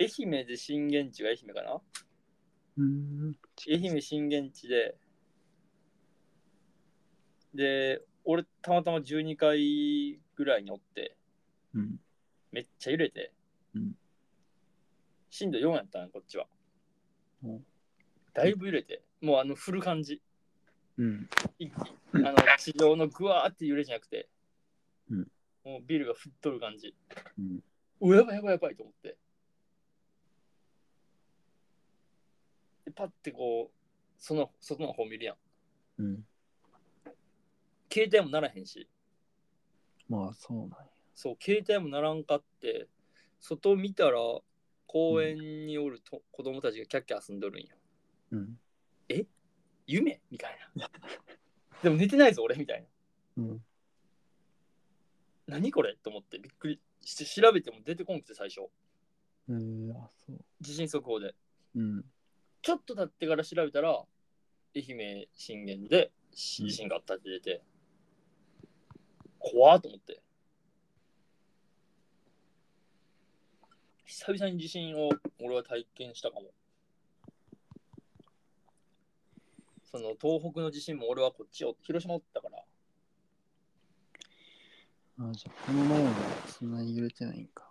[SPEAKER 2] 愛媛で震源地が愛媛かな
[SPEAKER 1] の。うん。
[SPEAKER 2] 愛媛震源地でで俺たまたま12階ぐらいにおって
[SPEAKER 1] うん。
[SPEAKER 2] めっちゃ揺れて、
[SPEAKER 1] うん
[SPEAKER 2] 震度4やったんよこっちは、
[SPEAKER 1] うん
[SPEAKER 2] だいぶ揺れてもうあの振る感じ
[SPEAKER 1] うん。
[SPEAKER 2] 一 気にあの地上のぐわーって揺れじゃなくて、
[SPEAKER 1] うん
[SPEAKER 2] もうビルが吹っ飛ぶ感じ
[SPEAKER 1] うん。
[SPEAKER 2] うわやばいやばいやばいと思ってでパッてこうその外の方見るやん
[SPEAKER 1] うん。
[SPEAKER 2] 携帯もならへんし
[SPEAKER 1] まあ、そうなんや。
[SPEAKER 2] そう携帯もならんかって外見たら公園におると、子供たちがキャッキャ遊んどるんよ
[SPEAKER 1] うん。
[SPEAKER 2] 夢みたいなでも寝てないぞ俺みたい
[SPEAKER 1] うん。
[SPEAKER 2] な何これと思ってびっくりして調べても出てこんくて最初
[SPEAKER 1] うん。あ、そう。
[SPEAKER 2] 地震速報で
[SPEAKER 1] うん。
[SPEAKER 2] ちょっと経ってから調べたら愛媛震源で地震があったって出て、怖っと思って久々に地震を俺は体験したかもその東北の地震も俺はこっちを広島おったから
[SPEAKER 1] あ、じゃあこの前はそんなに揺れてないんか。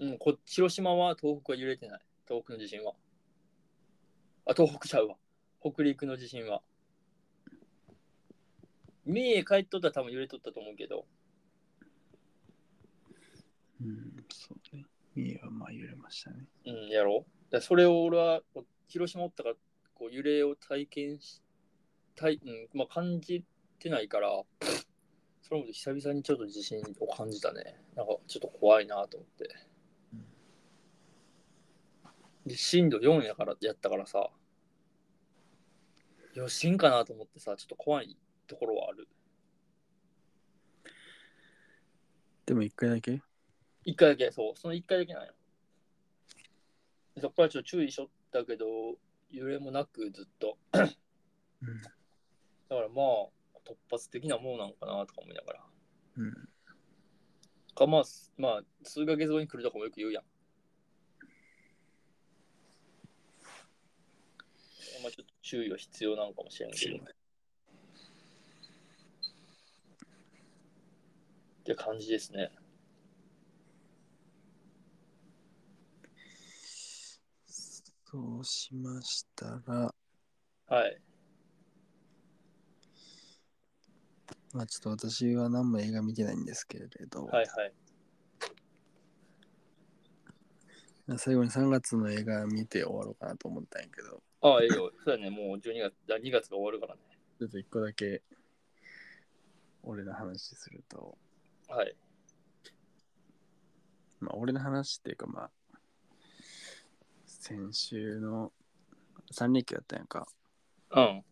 [SPEAKER 2] うん、こ広島は東北は揺れてない。東北の地震は。あ、東北ちゃうわ。北陸の地震は。三重帰っとったら多分揺れとったと思うけど、
[SPEAKER 1] うん。そうね。三重はまあ揺れましたね。
[SPEAKER 2] うん、やろう。だからそれを俺はこう広島おったからこう揺れを体験し、体うんまあ、感じてないから、それも久々にちょっと地震を感じたね。なんかちょっと怖いなと思って
[SPEAKER 1] うん。
[SPEAKER 2] で震度4やからやったからさ、余震かなと思ってさ、ちょっと怖いところはある。
[SPEAKER 1] でも一回だけ
[SPEAKER 2] 一回だけ、そう、その一回だけなんよ。でそこからちょっと注意しとったけど、揺れもなくずっと。
[SPEAKER 1] うん。
[SPEAKER 2] だからまあ、突発的なものなのかなとか思いながら。
[SPEAKER 1] うん。
[SPEAKER 2] かまあ、すまあ、数ヶ月後に来るとかもよく言うやん。まあ、ちょっと注意は必要なのかもしれないけど。って感じですね。
[SPEAKER 1] そうしましたら、
[SPEAKER 2] はい。
[SPEAKER 1] まあちょっと私は何も映画見てないんですけれど、
[SPEAKER 2] はいはい。
[SPEAKER 1] 最後に3月の映画見て終わろうかなと思ったんやけど、
[SPEAKER 2] ああ、ええよ。そうだね、もう12月、あ2月が終わるからね。
[SPEAKER 1] ちょっと1個だけ俺の話すると、
[SPEAKER 2] はい。
[SPEAKER 1] まあ、俺の話っていうかまあ、先週の3連休やったんやんか。
[SPEAKER 2] うん。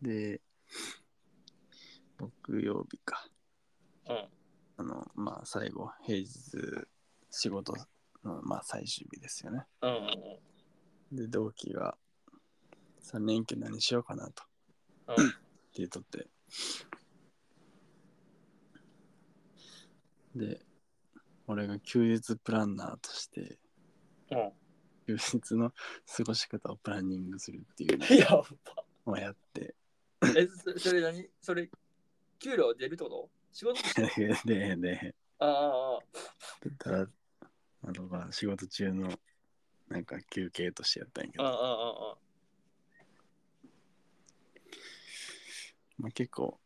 [SPEAKER 1] で、木曜日か。
[SPEAKER 2] うん。
[SPEAKER 1] あの、まあ最後、平日仕事の、まあ、最終日ですよね。
[SPEAKER 2] うんうんうん。
[SPEAKER 1] で、同期が3連休何しようかなと。
[SPEAKER 2] うん
[SPEAKER 1] って言っとって。で、俺が休日プランナーとして、
[SPEAKER 2] うん
[SPEAKER 1] 休日の過ごし方をプランニングするっていう
[SPEAKER 2] いや、
[SPEAKER 1] のをやって、
[SPEAKER 2] え、そそれ何それ、給料出るってこと仕事
[SPEAKER 1] で、で、
[SPEAKER 2] あああ
[SPEAKER 1] ただ、あの、まあ、仕事中の、なんか休憩としてやったんやけ
[SPEAKER 2] あ、ああ、あ
[SPEAKER 1] ど、
[SPEAKER 2] あ、あ
[SPEAKER 1] まあ、結構、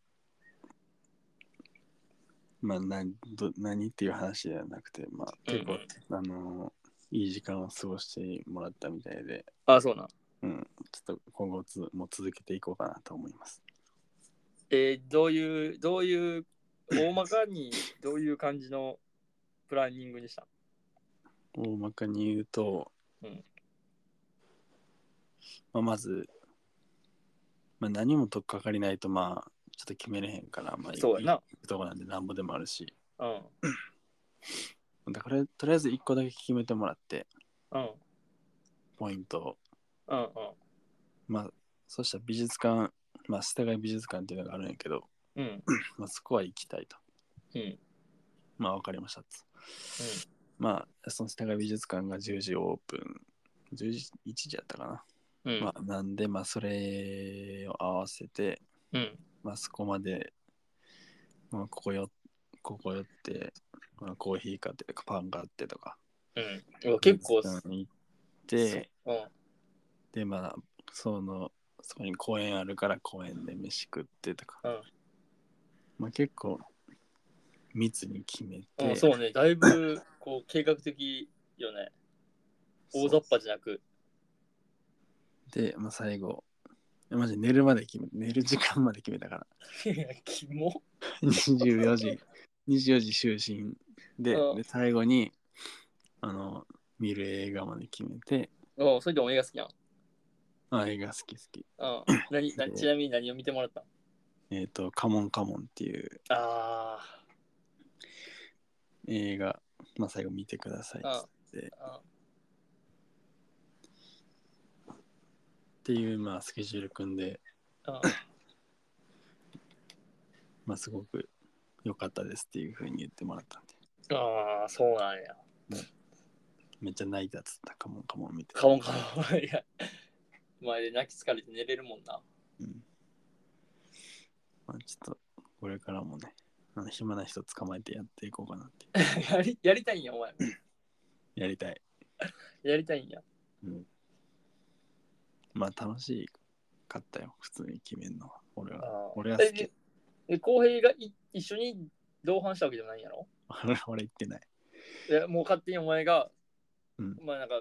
[SPEAKER 1] まあ、など何っていう話ではなくて、まあ、
[SPEAKER 2] うんう
[SPEAKER 1] 結構
[SPEAKER 2] ん、
[SPEAKER 1] あのいい時間を過ごしてもらったみたいで、
[SPEAKER 2] ああ、そうなん。
[SPEAKER 1] うん、ちょっと今後つも続けていこうかなと思います。
[SPEAKER 2] えーどういう、どういう、大まかにどういう感じのプランニングにした
[SPEAKER 1] 大まかに言うと、
[SPEAKER 2] うん
[SPEAKER 1] まあ、まず、まあ、何もとっかかりないとまあちょっと決めれへんから、まあ、
[SPEAKER 2] そうや
[SPEAKER 1] 行くとこなんでなんぼでもあるし
[SPEAKER 2] な。うん。
[SPEAKER 1] だからとりあえず1個だけ決めてもらって
[SPEAKER 2] うん。
[SPEAKER 1] ポイントを
[SPEAKER 2] うん。
[SPEAKER 1] まあそしたら美術館まあ従い美術館っていうのがあるんやけど、
[SPEAKER 2] うん。うん。
[SPEAKER 1] まあ、そこは行きたいと
[SPEAKER 2] うん。
[SPEAKER 1] まあわかりましたっつまあその従い美術館が10時オープン10時1時やったかな
[SPEAKER 2] うん。
[SPEAKER 1] まあ、なんで、まあ、それを合わせて、
[SPEAKER 2] うん。
[SPEAKER 1] まあ、そこまで、まあ、ここよ、ここ寄って、まあ、コーヒー買ってとか、パン買ってとか。
[SPEAKER 2] うん。うわ結構、
[SPEAKER 1] 美術
[SPEAKER 2] う
[SPEAKER 1] 館に行って、
[SPEAKER 2] ん。
[SPEAKER 1] で、まあ、その、そこに公園あるから公園で飯食ってとか。
[SPEAKER 2] うん
[SPEAKER 1] まあ、結構、密に決めて、
[SPEAKER 2] うん、そうね、だいぶこう計画的よね。大雑把じゃなく。
[SPEAKER 1] で、まあ、最後、マジ寝るまで決め寝る時間まで決めた から。
[SPEAKER 2] いや、キモ。
[SPEAKER 1] 24時24時就寝で,、
[SPEAKER 2] うん
[SPEAKER 1] で最後にあの見る映画まで決めて
[SPEAKER 2] うん、それでも映画好きやん。
[SPEAKER 1] あ映画好き好き
[SPEAKER 2] うん。何なちなみに何を見てもらった
[SPEAKER 1] えっ、と「カモンカモン」っていう
[SPEAKER 2] あ
[SPEAKER 1] 映画、まあ、最後見てくださいっつって
[SPEAKER 2] あ。
[SPEAKER 1] っていう、まあ、スケジュール組んで、
[SPEAKER 2] うん。うん
[SPEAKER 1] まあ、すごく良かったですっていうふうに言ってもらったんで
[SPEAKER 2] ああ、そうなんや。
[SPEAKER 1] めっちゃ泣いたっつった「カモンカモン」見て
[SPEAKER 2] かもかも。いや、前で泣き疲れて寝れるもんな。
[SPEAKER 1] うんまあ、ちょっとこれからもねあの暇な人捕まえてやっていこうかなって
[SPEAKER 2] やりやりたいんや、お前。
[SPEAKER 1] やりたい
[SPEAKER 2] やりたいんや。
[SPEAKER 1] まあ楽しかったよ、普通に決めんのは。俺は。
[SPEAKER 2] あ
[SPEAKER 1] 俺は
[SPEAKER 2] ー
[SPEAKER 1] 好き
[SPEAKER 2] え。で、浩平がい一緒に同伴したわけじゃないんやろ
[SPEAKER 1] 俺行ってない。
[SPEAKER 2] いやもう勝手にお前が、
[SPEAKER 1] うん
[SPEAKER 2] まあなんか、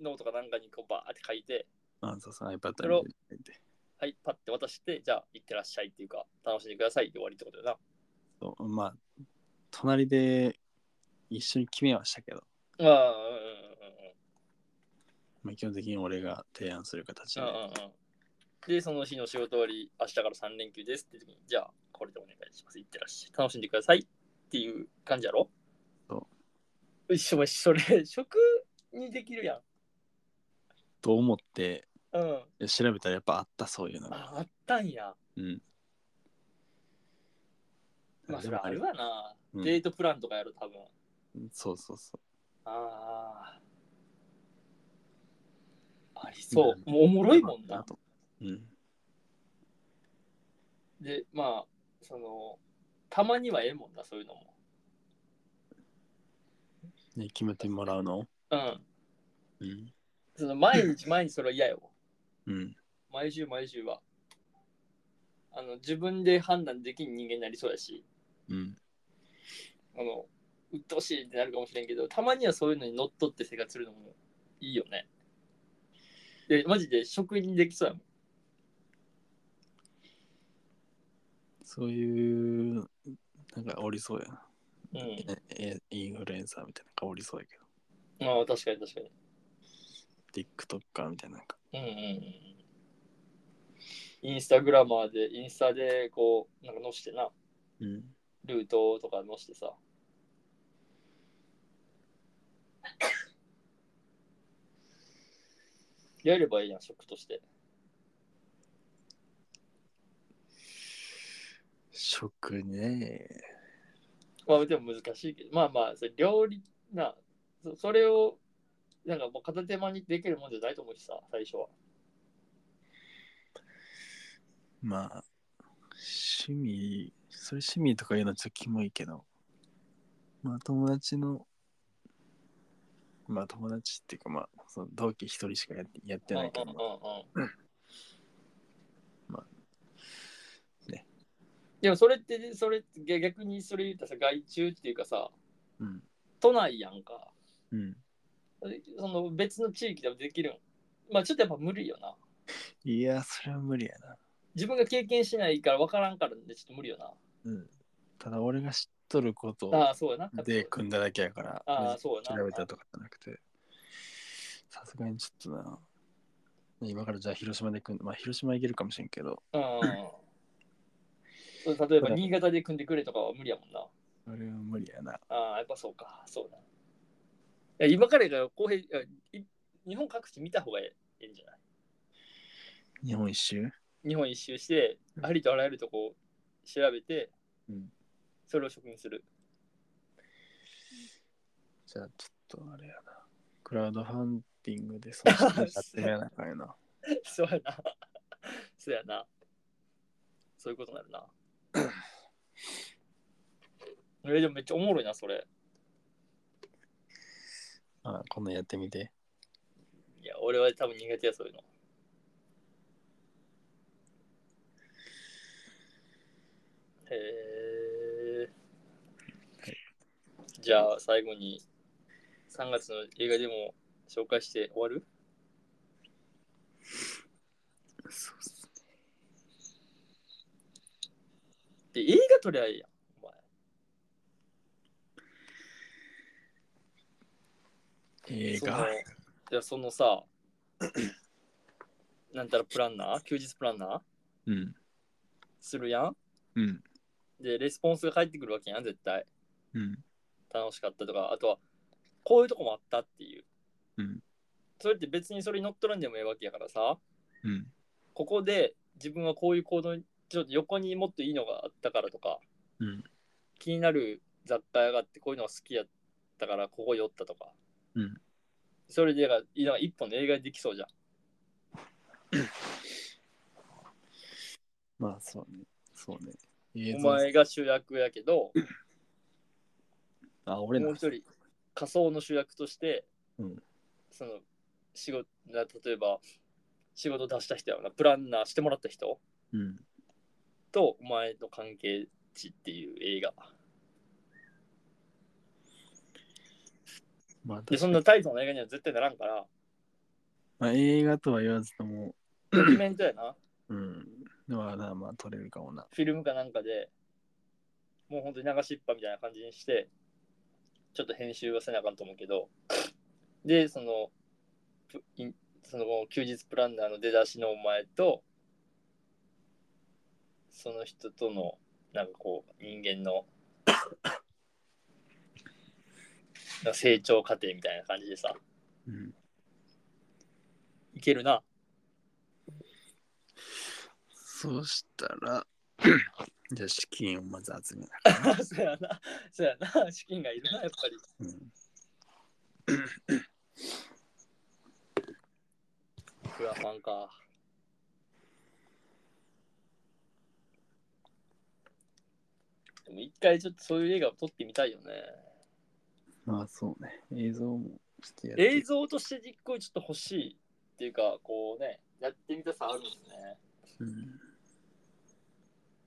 [SPEAKER 2] ノートかなんかにこうバーって書いて、
[SPEAKER 1] あ、そうそう、iPad
[SPEAKER 2] やろ
[SPEAKER 1] に入れて。
[SPEAKER 2] はい、パッて渡して、じゃあ、行ってらっしゃいっていうか、楽しんでくださいって終わりってことよな。
[SPEAKER 1] そうまあ、隣で一緒に決めはしたけど、
[SPEAKER 2] ああ、
[SPEAKER 1] まあ、基本的に俺が提案する形で
[SPEAKER 2] うんうんうん。うんうんうん。で、その日の仕事終わり、明日から3連休ですって時に、じゃあ、これでお願いします。行ってらっしゃい。楽しんでくださいっていう感じやろ。
[SPEAKER 1] そう
[SPEAKER 2] 一緒、それ、食にできるやん。
[SPEAKER 1] と思って
[SPEAKER 2] うん。
[SPEAKER 1] 調べたらやっぱあったそういうのが。
[SPEAKER 2] ああったんや。
[SPEAKER 1] うん。
[SPEAKER 2] まあ、そ
[SPEAKER 1] で
[SPEAKER 2] れ
[SPEAKER 1] も
[SPEAKER 2] あるわな。
[SPEAKER 1] うん
[SPEAKER 2] デートプランとかやろ、多分。
[SPEAKER 1] そうそうそ
[SPEAKER 2] ああ。ありそう。もうおも
[SPEAKER 1] う。
[SPEAKER 2] ろいもんな
[SPEAKER 1] あ。と。うん。
[SPEAKER 2] で、まあ、その、たまにはええもんな、そういうのも。
[SPEAKER 1] ね、決めてもらうの
[SPEAKER 2] うん。
[SPEAKER 1] うん。
[SPEAKER 2] その、毎日毎日それは嫌よ。
[SPEAKER 1] うん。
[SPEAKER 2] 毎週毎週は。あの、自分で判断できん人間になりそうやし、
[SPEAKER 1] うん。
[SPEAKER 2] あの、鬱陶しいってなるかもしれんけどたまにはそういうのに乗っ取って生活するのもいいよねでマジで職人できそうやもん
[SPEAKER 1] そういう、なんかおりそうやな。
[SPEAKER 2] うん
[SPEAKER 1] えインフルエンサーみたいなのがおりそうやけど。
[SPEAKER 2] ああ確かに確かに
[SPEAKER 1] TikToker みたいななんか。
[SPEAKER 2] うんうんうんインスタグラマーでインスタでこうなんか載してな
[SPEAKER 1] うん。
[SPEAKER 2] ルートとか載し てさやればいいやん職として
[SPEAKER 1] 食ね。
[SPEAKER 2] まあでも難しいけど、まあまあ、それ料理な、そそれを、なんかもう片手間にできるもんじゃないと思うしさ、最初は。
[SPEAKER 1] まあ、趣味、それ趣味とかいうのはちょっとキモいけど、まあ友達の、まあ友達っていうかまあ、その同期一人しかやってやってないけ
[SPEAKER 2] うん
[SPEAKER 1] ど
[SPEAKER 2] うん、うんうん。
[SPEAKER 1] まあね。
[SPEAKER 2] でもそれって、それって逆逆にそれ言ったらさ、外注っていうかさ、
[SPEAKER 1] うん。
[SPEAKER 2] 都内やんか。
[SPEAKER 1] うん。
[SPEAKER 2] その別の地域でもできるん。まあちょっとやっぱ無理よな。
[SPEAKER 1] いや、それは無理やな。
[SPEAKER 2] 自分が経験しないから分からんからでちょっと無理よな。
[SPEAKER 1] うん。ただ俺が知っとること
[SPEAKER 2] ああ、そうやな。
[SPEAKER 1] で組んだだけやから、
[SPEAKER 2] ああそうやな
[SPEAKER 1] 調べたとかじゃなくて、さすがにちょっとな、今からじゃあ広島で組んで、まあ広島行けるかもしれんけど、
[SPEAKER 2] うん。そう例えば新潟で組んでくれとかは無理やもんな。
[SPEAKER 1] それは無理やな。
[SPEAKER 2] ああ、やっぱそうか、そうだ。いや今からが公平いやい日本各地見た方がいいんじゃない
[SPEAKER 1] 日本一周
[SPEAKER 2] 日本一周して、ありとあらゆるとこを調べて、
[SPEAKER 1] うん
[SPEAKER 2] それを職にする。
[SPEAKER 1] じゃあちょっとあれやな。クラウドファンディングでそのやってやらなあかんや な。
[SPEAKER 2] そうやな。 そうやな。そういうことになるな。えでもめっちゃおもろいな、それ。
[SPEAKER 1] あ今度やってみて。
[SPEAKER 2] いや、俺は多分苦手や、そういうの。へえ。じゃあ、最後に3月の映画でも紹介して終わる
[SPEAKER 1] そうっす
[SPEAKER 2] で映画撮りゃいいやん、お前。
[SPEAKER 1] 映
[SPEAKER 2] その
[SPEAKER 1] 画
[SPEAKER 2] いや、そのさ、 なんたらプランナー休日プランナー
[SPEAKER 1] うん。
[SPEAKER 2] するやん
[SPEAKER 1] うん。
[SPEAKER 2] で、レスポンスが返ってくるわけやん、絶対。
[SPEAKER 1] うん。
[SPEAKER 2] 楽しかったとかあとはこういうとこもあったっていう、
[SPEAKER 1] うん
[SPEAKER 2] それって別にそれに乗っ取らんでもええわけやからさ
[SPEAKER 1] うん。
[SPEAKER 2] ここで自分はこういう行動にちょっと横にもっといいのがあったからとか、
[SPEAKER 1] うん
[SPEAKER 2] 気になる雑貨屋があってこういうのが好きやったからここ寄ったとか、
[SPEAKER 1] うん
[SPEAKER 2] それでなんかなんか一本の映画にできそうじゃん
[SPEAKER 1] まあそうね。そうね。
[SPEAKER 2] お
[SPEAKER 1] 映像
[SPEAKER 2] 前が主役やけど
[SPEAKER 1] あ、俺
[SPEAKER 2] も
[SPEAKER 1] の
[SPEAKER 2] う一人仮想の主役として、
[SPEAKER 1] うん
[SPEAKER 2] その仕事な例えば仕事出した人やろなプランナーしてもらった人
[SPEAKER 1] うん。
[SPEAKER 2] とお前の関係値っていう映画
[SPEAKER 1] まあ、
[SPEAKER 2] でそんなタイトルの映画には絶対ならんから
[SPEAKER 1] まあ映画とは言わずとも、
[SPEAKER 2] ドキュメントやな
[SPEAKER 1] うん。まあな、まあ撮れるかもな。
[SPEAKER 2] フィルムかなんかでもう本当に流しっぱみたいな感じにしてちょっと編集はせなあかんと思うけどでそのプインその休日プランナーの出だしのお前とその人とのなんかこう人間のなんか成長過程みたいな感じでさ
[SPEAKER 1] うん。
[SPEAKER 2] いけるな
[SPEAKER 1] そうしたら、 じゃあ資金をまず集めな。
[SPEAKER 2] そうやな、そうやな、資金がいるな、やっぱり。
[SPEAKER 1] うん。
[SPEAKER 2] クラファンか。でも一回ちょっとそういう映画を撮ってみたいよね。
[SPEAKER 1] まあそうね。映像もしてやって。
[SPEAKER 2] 映像として実行ちょっと欲しいっていうか、こうね、やってみたさあるんですね。
[SPEAKER 1] うん。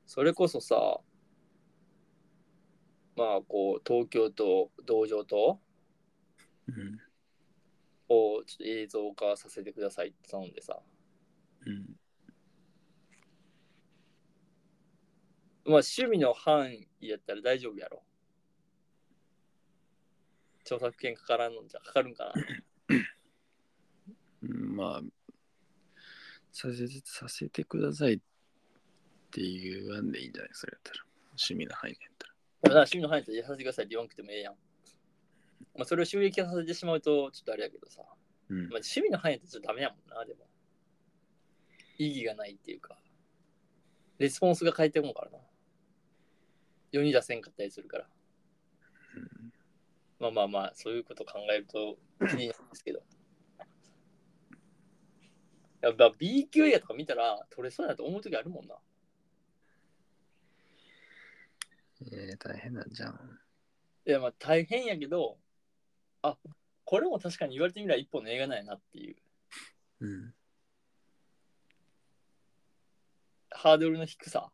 [SPEAKER 2] それこそさ、まあこう東京と道場と
[SPEAKER 1] うん
[SPEAKER 2] をちょっと映像化させてくださいって頼んでさ
[SPEAKER 1] うん
[SPEAKER 2] まあ趣味の範囲やったら大丈夫やろ著作権かからんのじゃかかるんかな
[SPEAKER 1] うんまあさせてさせてくださいっていう案でいいんじゃないそれやったら趣味の範囲でやったら
[SPEAKER 2] だから趣味の範囲でやらせてくださいって言わなくてもええやん。まあ、それを収益化させてしまうとちょっとあれやけどさ。ま
[SPEAKER 1] うん
[SPEAKER 2] あ、趣味の範囲だとちょっとダメやもんな、でも。意義がないっていうか。レスポンスが変えてもうからな。世に出せんかったりするから。まあまあまあ、そういうこと考えると気になるんですけど。やっぱ B 級映画とか見たら撮れそうやなと思う時あるもんな。
[SPEAKER 1] えー、大変なんじゃん
[SPEAKER 2] いやまあ大変やけどあこれも確かに言われてみれば一本の映画なんやなっていう
[SPEAKER 1] うん
[SPEAKER 2] ハードルの低さ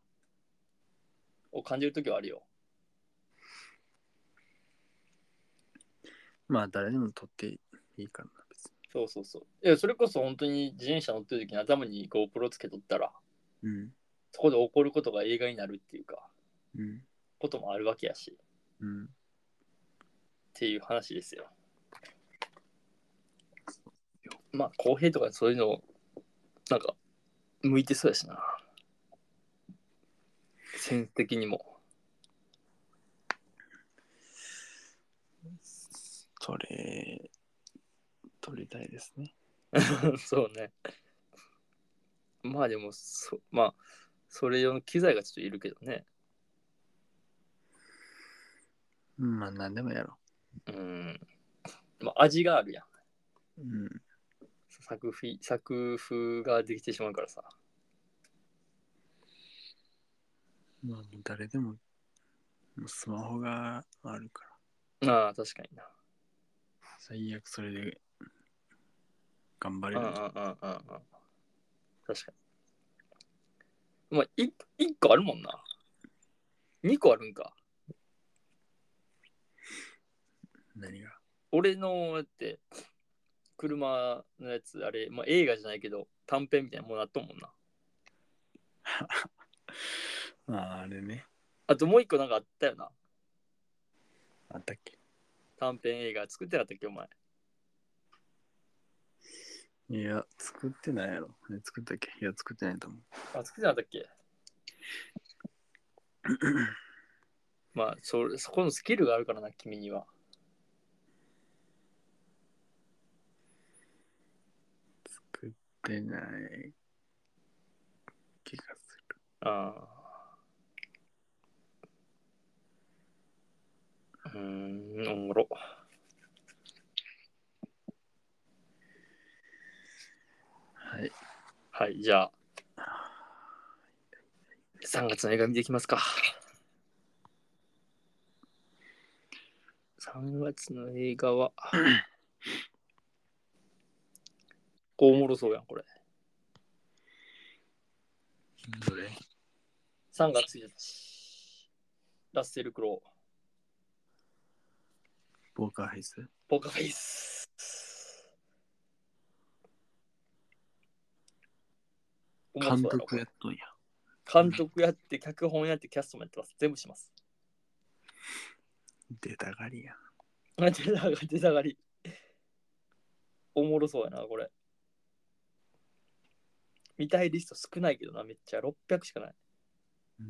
[SPEAKER 2] を感じる時はあるよ
[SPEAKER 1] まあ誰でも撮っていいからな別
[SPEAKER 2] そうそうそういやそれこそ本当に自転車乗ってる時に頭に GoPro つけとったら
[SPEAKER 1] にうん
[SPEAKER 2] そこで起こることが映画になるっていうか
[SPEAKER 1] うん
[SPEAKER 2] こともあるわけやしっ
[SPEAKER 1] うん
[SPEAKER 2] ていう話ですよまあ公平とかそういうのなんか向いてそうやしなセンス的にも
[SPEAKER 1] 撮れ撮りたいですね
[SPEAKER 2] そうね。まあでもそ、まあ、それ用の機材がちょっといるけどね。
[SPEAKER 1] うんまあ何でもやろ
[SPEAKER 2] うん。まあ、味があるやん。
[SPEAKER 1] ううん
[SPEAKER 2] 作風作風ができてしまうからさ。
[SPEAKER 1] まあもう誰でももうスマホがあるから
[SPEAKER 2] ああ、確かにな。
[SPEAKER 1] 最悪それで頑張
[SPEAKER 2] う
[SPEAKER 1] れ
[SPEAKER 2] んう
[SPEAKER 1] る
[SPEAKER 2] んうんうんうん。確かに。まあ、い一個あるもんな。二個あるんか。
[SPEAKER 1] 何が
[SPEAKER 2] 俺の、だって、車のやつ、あれ、まあ映画じゃないけど、短編みたいなものあったもんな。
[SPEAKER 1] あああれね
[SPEAKER 2] あともう一個なんかあったよな。
[SPEAKER 1] あったっけ
[SPEAKER 2] 短編映画作ってなかったっけお前
[SPEAKER 1] いや作ってないやろあれ作ったっけいや作ってないと思う
[SPEAKER 2] あ作ってなかったっけまあそれそこのスキルがあるからな君には
[SPEAKER 1] 作ってない気がする
[SPEAKER 2] ああうーんおもろ
[SPEAKER 1] はい
[SPEAKER 2] はいじゃあ3月の映画見ていきますか3月の映 画はおもろそうやんこれ
[SPEAKER 1] どれ
[SPEAKER 2] 3月1日、ラッセル・クロウ、
[SPEAKER 1] ボーカーフェイス
[SPEAKER 2] ポーカーフェイス。
[SPEAKER 1] 監督やっとんや
[SPEAKER 2] 監督やって、脚本やって、キャストもやってます。全部します。
[SPEAKER 1] 出たがりや
[SPEAKER 2] 出たがり、出たがり。おもろそうやな、これ。見たいリスト少ないけどな、めっちゃ600しかない。
[SPEAKER 1] うーん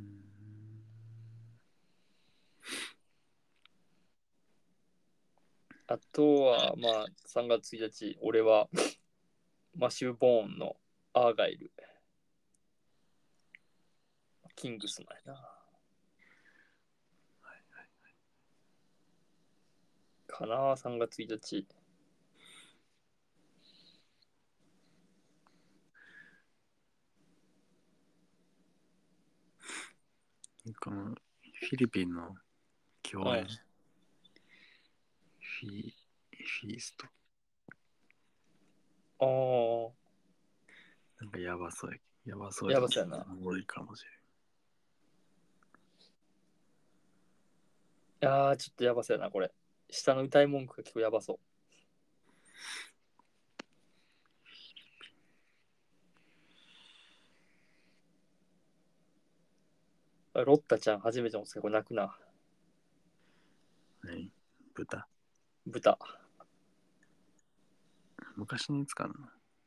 [SPEAKER 2] あとは、まあ、3月1日、俺は、 マシュー・ボーンのアーガイル。キングスマンやな。かなあ、3月1日。
[SPEAKER 1] このフィリピンの共
[SPEAKER 2] は
[SPEAKER 1] 演
[SPEAKER 2] い
[SPEAKER 1] フィフィースト
[SPEAKER 2] ああ、
[SPEAKER 1] なんかやばそうや。やばそう
[SPEAKER 2] やばそうやな
[SPEAKER 1] おもろいかもし
[SPEAKER 2] いやー、ちょっとやばそうやな、これ。下の歌い文句が結構やばそう。あロッタちゃん、初めてのお酒、これ泣くな。
[SPEAKER 1] 何豚。
[SPEAKER 2] 豚。
[SPEAKER 1] 昔のやつかな。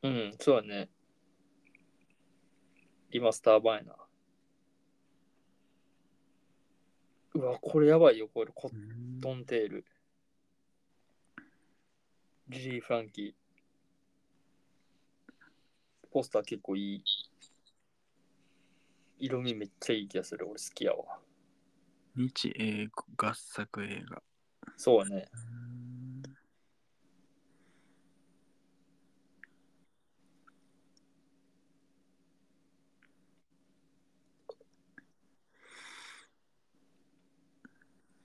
[SPEAKER 2] うん、そうだね。リマスター版やな。うわ、これやばいよ、これ。コットンテール。リリー・フランキー。ポスター結構いい。色味めっちゃいい気がする。俺好きやわ。
[SPEAKER 1] 日英語合作映画。
[SPEAKER 2] そうだね。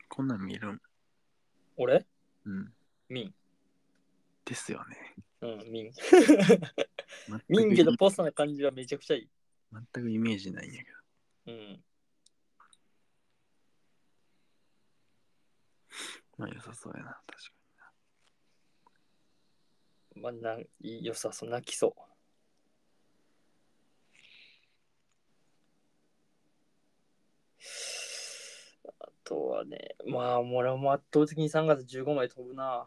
[SPEAKER 1] こんなん見るん。
[SPEAKER 2] 俺
[SPEAKER 1] うん。
[SPEAKER 2] ミン。
[SPEAKER 1] ですよね。
[SPEAKER 2] うん、ミン。
[SPEAKER 1] 全
[SPEAKER 2] ミ
[SPEAKER 1] く
[SPEAKER 2] ンけどポスターの感じはめちゃくちゃいい。
[SPEAKER 1] 全くイメージないんやけど。
[SPEAKER 2] うん。
[SPEAKER 1] まあ良さそうやな、確か
[SPEAKER 2] まあ、なん良さそう泣きそうあとはねまあ俺はもう圧倒的に3月15まで飛ぶな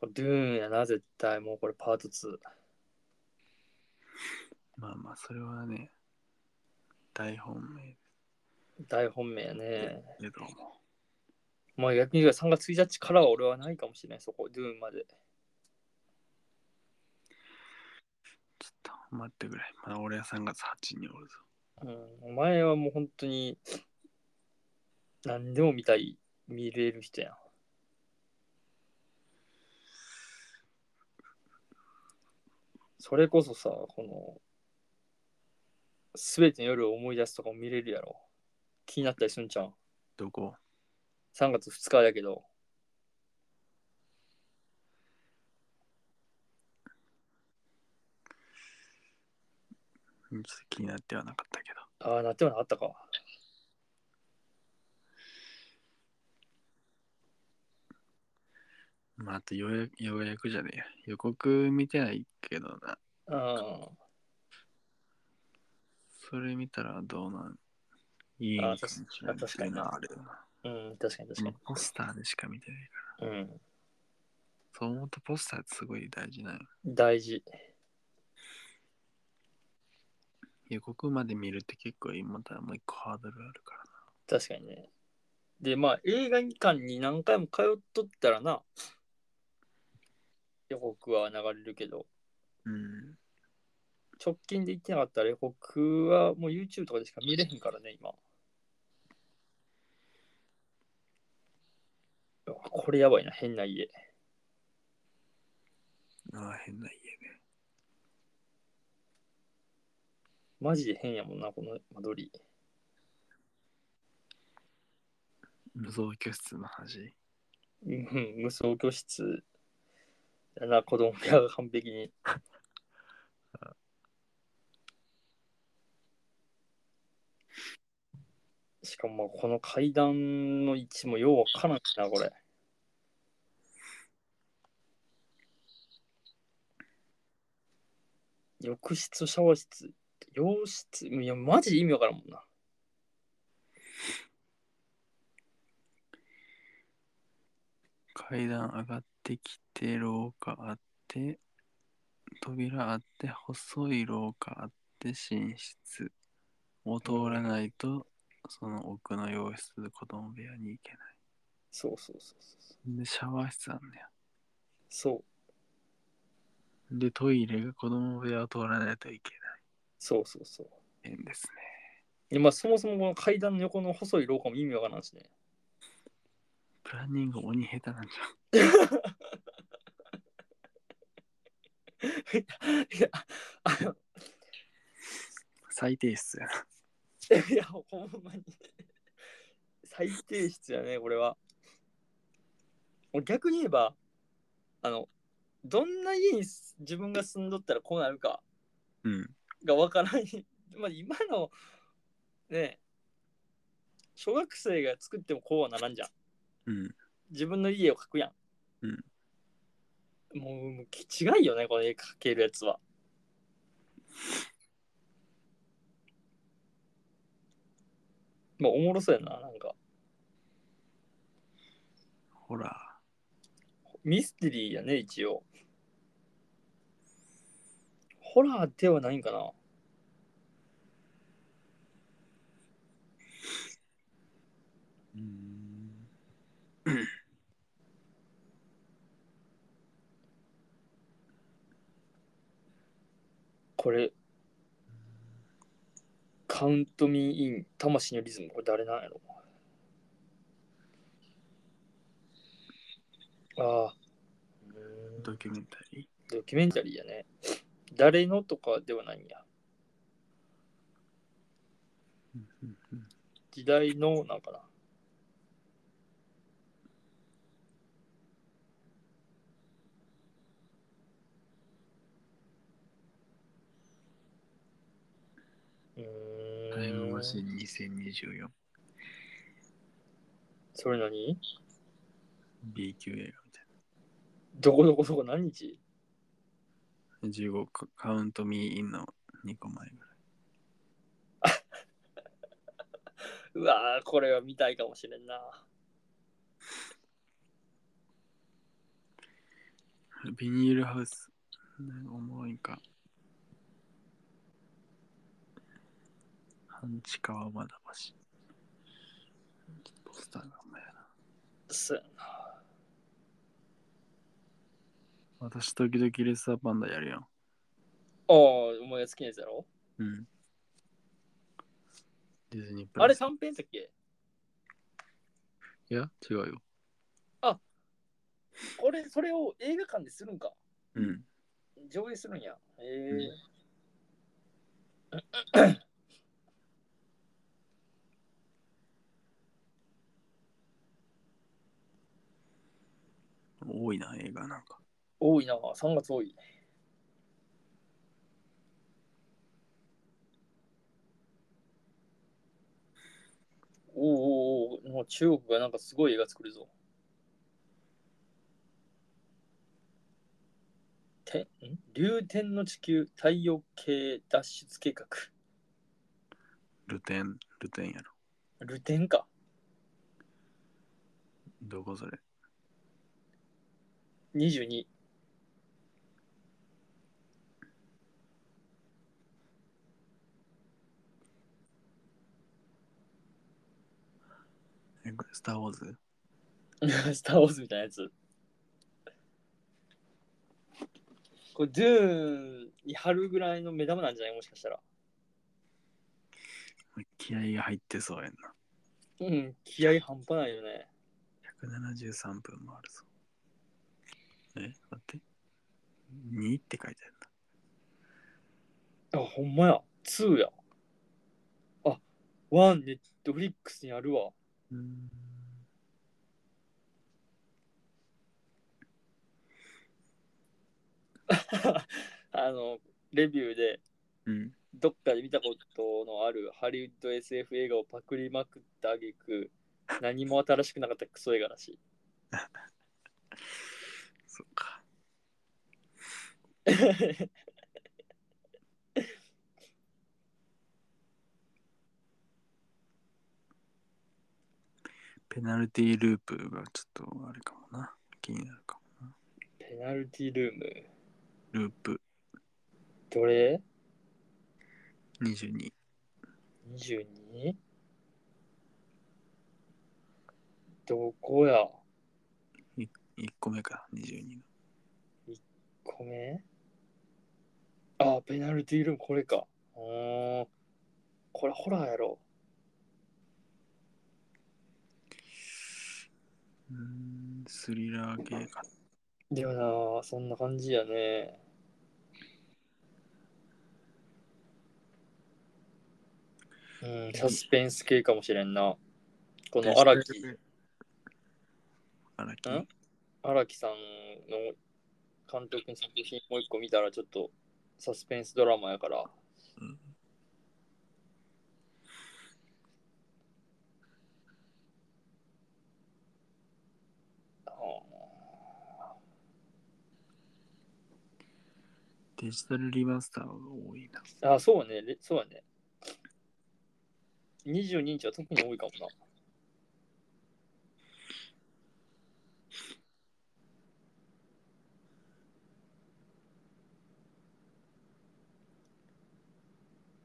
[SPEAKER 2] これドゥーンやな絶対もうこれパート2
[SPEAKER 1] に。まあまあ、それはね、大本命
[SPEAKER 2] 大本命やね
[SPEAKER 1] けども。
[SPEAKER 2] まあ逆に言えば3月1日からは俺はないかもしれないそこドゥーンまで
[SPEAKER 1] ちょっと待ってくれ。まだ俺は3月8におるぞ。
[SPEAKER 2] うん、お前はもう本当に何でも見たい、見れる人やん。それこそさ、この、すべての夜を思い出すとかも見れるやろ。気になったりすんちゃん。
[SPEAKER 1] どこ
[SPEAKER 2] 3月2日やけど。
[SPEAKER 1] ちょっと気になってはなかったけど。
[SPEAKER 2] ああ、なってはなかったか。
[SPEAKER 1] まあ、あとようやようやくじゃねえや。予告見てないけどな。
[SPEAKER 2] う
[SPEAKER 1] それ見たらどうなんいい
[SPEAKER 2] あ
[SPEAKER 1] かもしれない。
[SPEAKER 2] 確かに
[SPEAKER 1] な。あれだな。
[SPEAKER 2] ん、うん、確かに確か
[SPEAKER 1] まあ
[SPEAKER 2] に。
[SPEAKER 1] ポスターでしか見てないから。
[SPEAKER 2] うん、
[SPEAKER 1] そう思うとポスターってすごい大事なの。
[SPEAKER 2] 大事。
[SPEAKER 1] 予告まで見るって結構今またもう一個ハードルあるからな。
[SPEAKER 2] 確かにね。で、まあ、映画館に何回も通っとったらな、予告は流れるけど、
[SPEAKER 1] うん。
[SPEAKER 2] 直近で行ってなかったら予告はもう YouTube とかでしか見れへんからね、今。うわこれやばいな、変な家。
[SPEAKER 1] ああ、変な家ね。
[SPEAKER 2] マジで変やもんな、この間取り。
[SPEAKER 1] 無造教室の話。
[SPEAKER 2] うん、無双教室だな、子供部屋が完璧に。 しかも、この階段の位置もようわからんしな、これ。浴室、シャワー室、洋室、いや、マジで意味わからんもんな。
[SPEAKER 1] 階段上がってきて、廊下あって、扉あって、細い廊下あって、寝室を通らないと、その奥の洋室、子供部屋に行けない。
[SPEAKER 2] そうそうそうそう。
[SPEAKER 1] で、シャワー室あんねや。
[SPEAKER 2] そう
[SPEAKER 1] で、トイレが子供部屋を通らないといけ
[SPEAKER 2] そうそうそう。
[SPEAKER 1] ない。変ですね。
[SPEAKER 2] いやまあそもそもこの階段の横の細い廊下も意味わからんしね。
[SPEAKER 1] プランニング鬼下手なんじゃん。
[SPEAKER 2] いや、あ
[SPEAKER 1] 最低室やな。
[SPEAKER 2] の、 いや、ほんま に。最低質やね、これは。もう逆に言えば、あの、どんな家にす自分が住んどったらこうなるか
[SPEAKER 1] うん。
[SPEAKER 2] がわからん。 まあ今のね小学生が作ってもこうはならんじゃん。
[SPEAKER 1] うん。
[SPEAKER 2] 自分の家を描くやん。
[SPEAKER 1] うん
[SPEAKER 2] もうもう違いよね、この絵描けるやつは。まあおもろそうやな、なんか。
[SPEAKER 1] ほら。
[SPEAKER 2] ミステリーやね、一応。ホラーではないんかな。
[SPEAKER 1] うん。
[SPEAKER 2] これ。カウントミーイン、魂のリズム、これ誰なんやろああ。うーん
[SPEAKER 1] ドキュメンタリ
[SPEAKER 2] ドキュメンタリーやね。誰のとかではないんや。
[SPEAKER 1] ー。うん。うん
[SPEAKER 2] 時代のなんかな。うーん
[SPEAKER 1] タイムマシン2024。
[SPEAKER 2] それ何
[SPEAKER 1] B 級映画みたい
[SPEAKER 2] どこどこどこ何日
[SPEAKER 1] な。15カカウントミーインの2個前ぐらい。
[SPEAKER 2] うわーこれは見たいかもしれんな。
[SPEAKER 1] ビニールハウス。なんかおもろいんか。半地下はまだまし。ポスターがあんまやな。
[SPEAKER 2] そうやな
[SPEAKER 1] 私、時々レッサーパンダやるやん。
[SPEAKER 2] ああ、お前が好きなやつやろ
[SPEAKER 1] うん。ディズニープ
[SPEAKER 2] あ
[SPEAKER 1] ラ
[SPEAKER 2] れ
[SPEAKER 1] ス。
[SPEAKER 2] 短編だっけ
[SPEAKER 1] いや、違うよ。
[SPEAKER 2] これ、それを映画館でするんか
[SPEAKER 1] うん。
[SPEAKER 2] 上映するんや。へえ
[SPEAKER 1] うん多いな、映画なんか。
[SPEAKER 2] 多いな、3月多い。おうおうおうもう中国がなんかすごい映画作るぞ。てん流天の地球太陽系脱出計画。
[SPEAKER 1] ルテン、ルテンやろ。
[SPEAKER 2] 流天か。
[SPEAKER 1] どこそれ。
[SPEAKER 2] 22。
[SPEAKER 1] えこれスター・ウォーズ
[SPEAKER 2] スター・ウォーズみたいなやつ。これ、ドゥーンに貼るぐらいの目玉なんじゃないもしかしたら。
[SPEAKER 1] 気合が入ってそうやんな。
[SPEAKER 2] うん、気合半端ないよね。
[SPEAKER 1] 173分もあるぞ。え、待って。2って書いてあるな。
[SPEAKER 2] あ、ほんまや。2や。あ、1、ネットフリックスにあるわ。
[SPEAKER 1] うん。
[SPEAKER 2] あの、レビューで、
[SPEAKER 1] うん。
[SPEAKER 2] どっかで見たことのあるハリウッド SF 映画をパクりまくったあげく、何も新しくなかったクソ映画らしい。
[SPEAKER 1] そっか。ペナルティーループがちょっとあれかもな。気になるかも。
[SPEAKER 2] ペナルティルーム。
[SPEAKER 1] ループ
[SPEAKER 2] どれ
[SPEAKER 1] 22。
[SPEAKER 2] 22? どこや
[SPEAKER 1] 1個目か、22の。
[SPEAKER 2] ごめんあ、ペナルティールームこれか。うーん。これホラーやろ。
[SPEAKER 1] うーん、スリラー系か。
[SPEAKER 2] でもな、そんな感じやね。うん、サスペンス系かもしれんな。この荒木、
[SPEAKER 1] 荒木。
[SPEAKER 2] ん荒木さんの監督の作品もう一個見たらちょっとサスペンスドラマやから
[SPEAKER 3] うん
[SPEAKER 2] あ
[SPEAKER 1] デジタルリマスターが多いな。
[SPEAKER 2] ーあそうねれそうね22日は特に多いかもな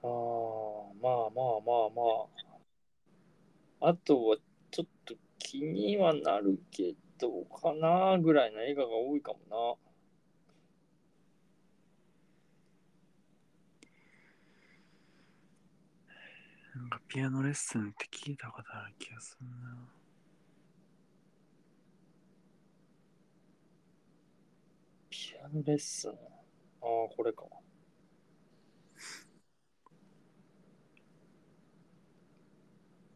[SPEAKER 2] あーまあまあまあまああとはちょっと気にはなるけどかなぐらいの映画が多いかもな
[SPEAKER 1] なんかピアノレッスンって聞いたことある気がするな。
[SPEAKER 2] ピアノレッスン。ああ、これか。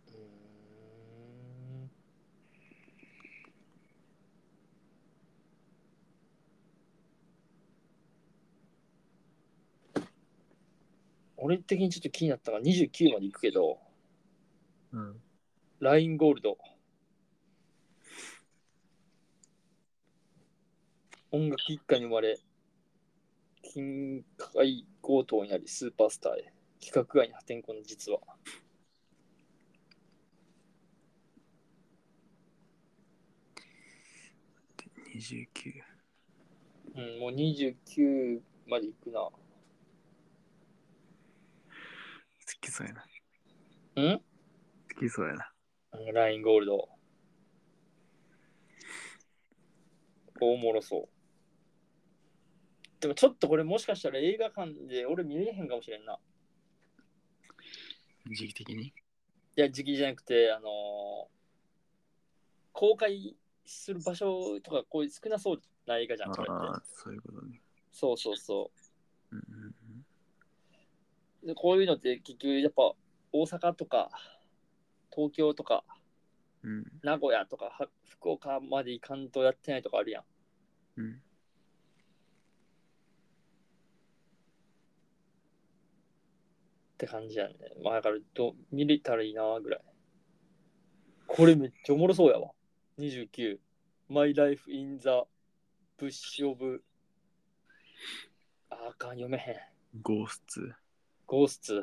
[SPEAKER 2] うーん俺的にちょっと気になったのが29まで行くけど、
[SPEAKER 3] うん。
[SPEAKER 2] ラインゴールド。音楽一家に生まれ、金塊強盗になりスーパースターへ。規格外に破天荒の実は。
[SPEAKER 1] 29。
[SPEAKER 2] うん、もう29まで行くな。
[SPEAKER 1] 好きそうやな。
[SPEAKER 2] うん
[SPEAKER 1] 好きそうやな。
[SPEAKER 2] うんラインゴールド。おもろそう。でもちょっとこれもしかしたら映画館で俺見れへんかもしれんな。
[SPEAKER 1] 時期的に
[SPEAKER 2] いや、時期じゃなくて、あのー公開する場所とか、こういう少なそうな映画じゃ
[SPEAKER 1] あ
[SPEAKER 2] ん、これっ
[SPEAKER 1] あ
[SPEAKER 2] て。、
[SPEAKER 1] そういうことね。
[SPEAKER 2] そうそうそ
[SPEAKER 1] うんうんうん。
[SPEAKER 2] う。でこういうのって結局、やっぱ大阪とか、東京とか、
[SPEAKER 1] うん
[SPEAKER 2] 名古屋とか、は福岡まで行かんとやってないとかあるやん。
[SPEAKER 1] うん。
[SPEAKER 2] って感じやね。まあ、だからど、見れたらいいなぐらい。これめっちゃおもろそうやわ。29。My Life in the Bush of あーあかん、読めへん。
[SPEAKER 1] ゴースツ。
[SPEAKER 2] ゴースツ。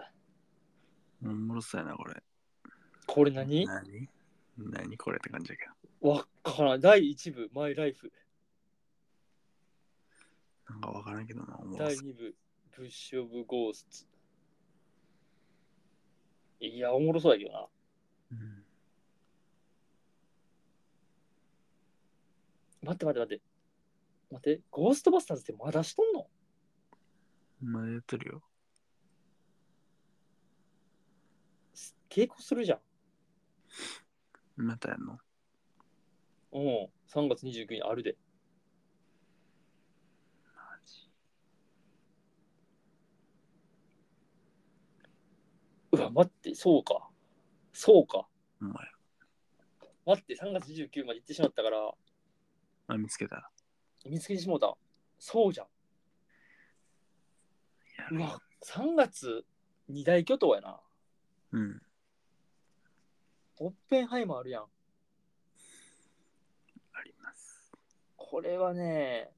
[SPEAKER 1] おもろそうやな、これ。
[SPEAKER 2] これ何
[SPEAKER 1] 何何これって感じやけ
[SPEAKER 2] わっからん。第1部、マイライフ。
[SPEAKER 1] ど。なんかわからんけどな、おもろ
[SPEAKER 2] 第
[SPEAKER 1] そう。
[SPEAKER 2] 2部、ブッシュ・オブ・ゴースツ。いや、おもろそうだけどな。
[SPEAKER 1] うん
[SPEAKER 2] 待って待って待って。待って、ゴーストバスターズってまだしとんの
[SPEAKER 1] まだやってるよ。
[SPEAKER 2] 稽古するじゃん。
[SPEAKER 1] またやんの
[SPEAKER 2] うん。3月29日にあるで。うわ、待って、そうか。そうか。
[SPEAKER 1] お前。
[SPEAKER 2] 待って、3月29日まで行ってしまったから、
[SPEAKER 1] あ、見つけた。
[SPEAKER 2] 見つけてしもうた。そうじゃん。
[SPEAKER 1] や
[SPEAKER 2] う
[SPEAKER 1] るよ
[SPEAKER 2] わ、3月二大巨頭やな。
[SPEAKER 1] うん。
[SPEAKER 2] オッペンハイマーあるやん。
[SPEAKER 1] あります。
[SPEAKER 2] これはね、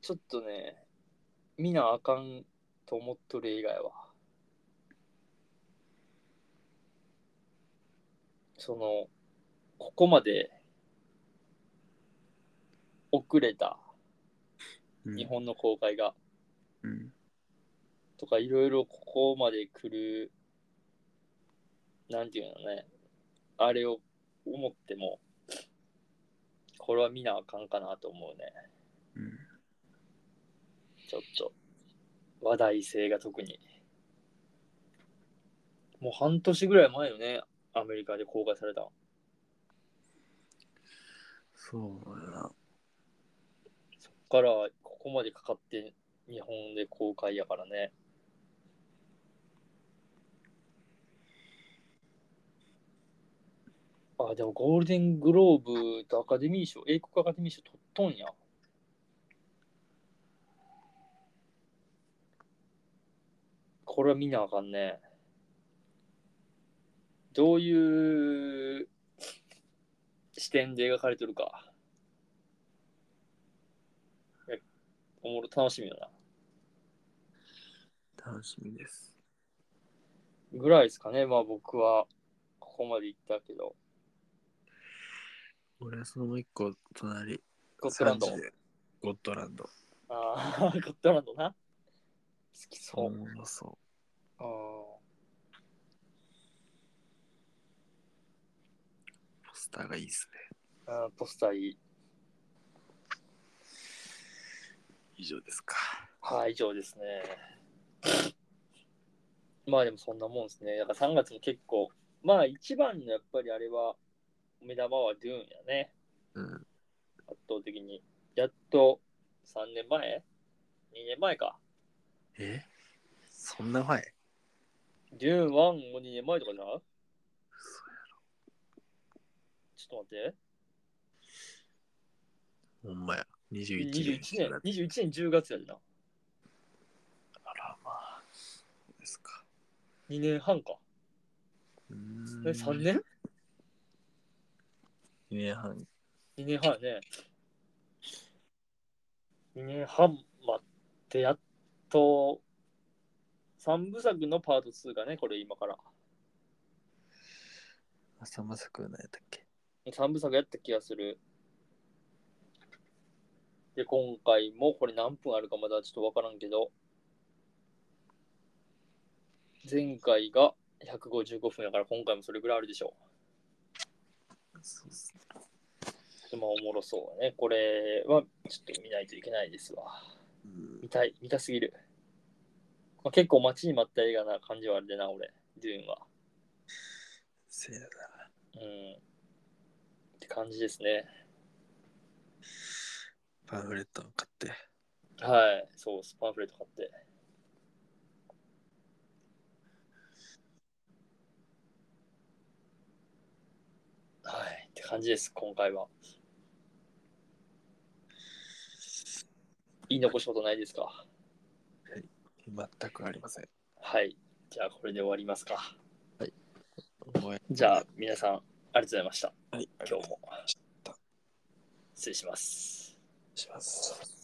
[SPEAKER 2] ちょっとね、見なあかんと思っとる以外は。その、ここまで遅れた
[SPEAKER 1] うん
[SPEAKER 2] 日本の公開が、
[SPEAKER 1] うん。
[SPEAKER 2] とかいろいろここまで来るなんていうのねあれを思ってもこれは見なあかんかなと思うね
[SPEAKER 1] うん。
[SPEAKER 2] ちょっと話題性が特にもう半年ぐらい前よねアメリカで公開されたの
[SPEAKER 1] そうやな。
[SPEAKER 2] そっからここまでかかって日本で公開やからねあでもゴールデングローブとアカデミー賞英国アカデミー賞取っとんやこれは見なあかんね。どういう視点で描かれてるか。いやおもろ楽しみだな。
[SPEAKER 1] 楽しみです。
[SPEAKER 2] ぐらいですかね。まあ僕はここまで行ったけど。
[SPEAKER 1] 俺はそのもう一個隣。
[SPEAKER 2] ゴットランド。
[SPEAKER 1] 3時でゴットランド。
[SPEAKER 2] ああ、 ゴットランドな。好きそう。
[SPEAKER 1] そうそ
[SPEAKER 2] ああ
[SPEAKER 1] う。ポスターがいいですね。
[SPEAKER 2] あーポスターいい。
[SPEAKER 1] 以上ですか。
[SPEAKER 2] はい、以上ですね。 まあでもそんなもんですね。だから3月も結構、まあ一番のやっぱりあれは、目玉はデューンやね。
[SPEAKER 1] うん。
[SPEAKER 2] 圧倒的に。やっと3年前 ?2 年前か。
[SPEAKER 1] えそんな前
[SPEAKER 2] デューン1も2年前とかじゃんちょっと待って。
[SPEAKER 1] ほんまや。21
[SPEAKER 2] 21年
[SPEAKER 1] だっ、
[SPEAKER 2] 21年10月やでな。
[SPEAKER 1] たら、まあ、そうですか。
[SPEAKER 2] 2年半か。
[SPEAKER 1] うー
[SPEAKER 2] え
[SPEAKER 1] ん
[SPEAKER 2] 3年
[SPEAKER 1] ?2 年半。
[SPEAKER 2] 2年半やね。2年半待って、やっと3部作のパート2がね、これ今から。
[SPEAKER 1] 浅間作何やったっけ
[SPEAKER 2] 3部作やった気がする。で、今回もこれ何分あるかまだちょっとわからんけど、前回が155分やから今回もそれぐらいあるでしょ
[SPEAKER 1] そうっすね。
[SPEAKER 2] う。でもおもろそうやね。これはちょっと見ないといけないですわ。見たい、見たすぎる。まあ、結構待ちに待った映画な感じはあるでな、俺、デューンは。
[SPEAKER 1] せやな。
[SPEAKER 2] うん。って感じですね。
[SPEAKER 1] パンフレットを買って。
[SPEAKER 2] はい、そう、スパンフレット買って。はい、って感じです、今回は。言い残したことないですか
[SPEAKER 1] 全くありません。
[SPEAKER 2] はい、じゃあこれで終わりますか。
[SPEAKER 1] 応援
[SPEAKER 2] じゃあ、皆さん、ありがとうございました。
[SPEAKER 1] はい、
[SPEAKER 2] 今日も
[SPEAKER 1] た。
[SPEAKER 2] 失礼します。
[SPEAKER 1] します。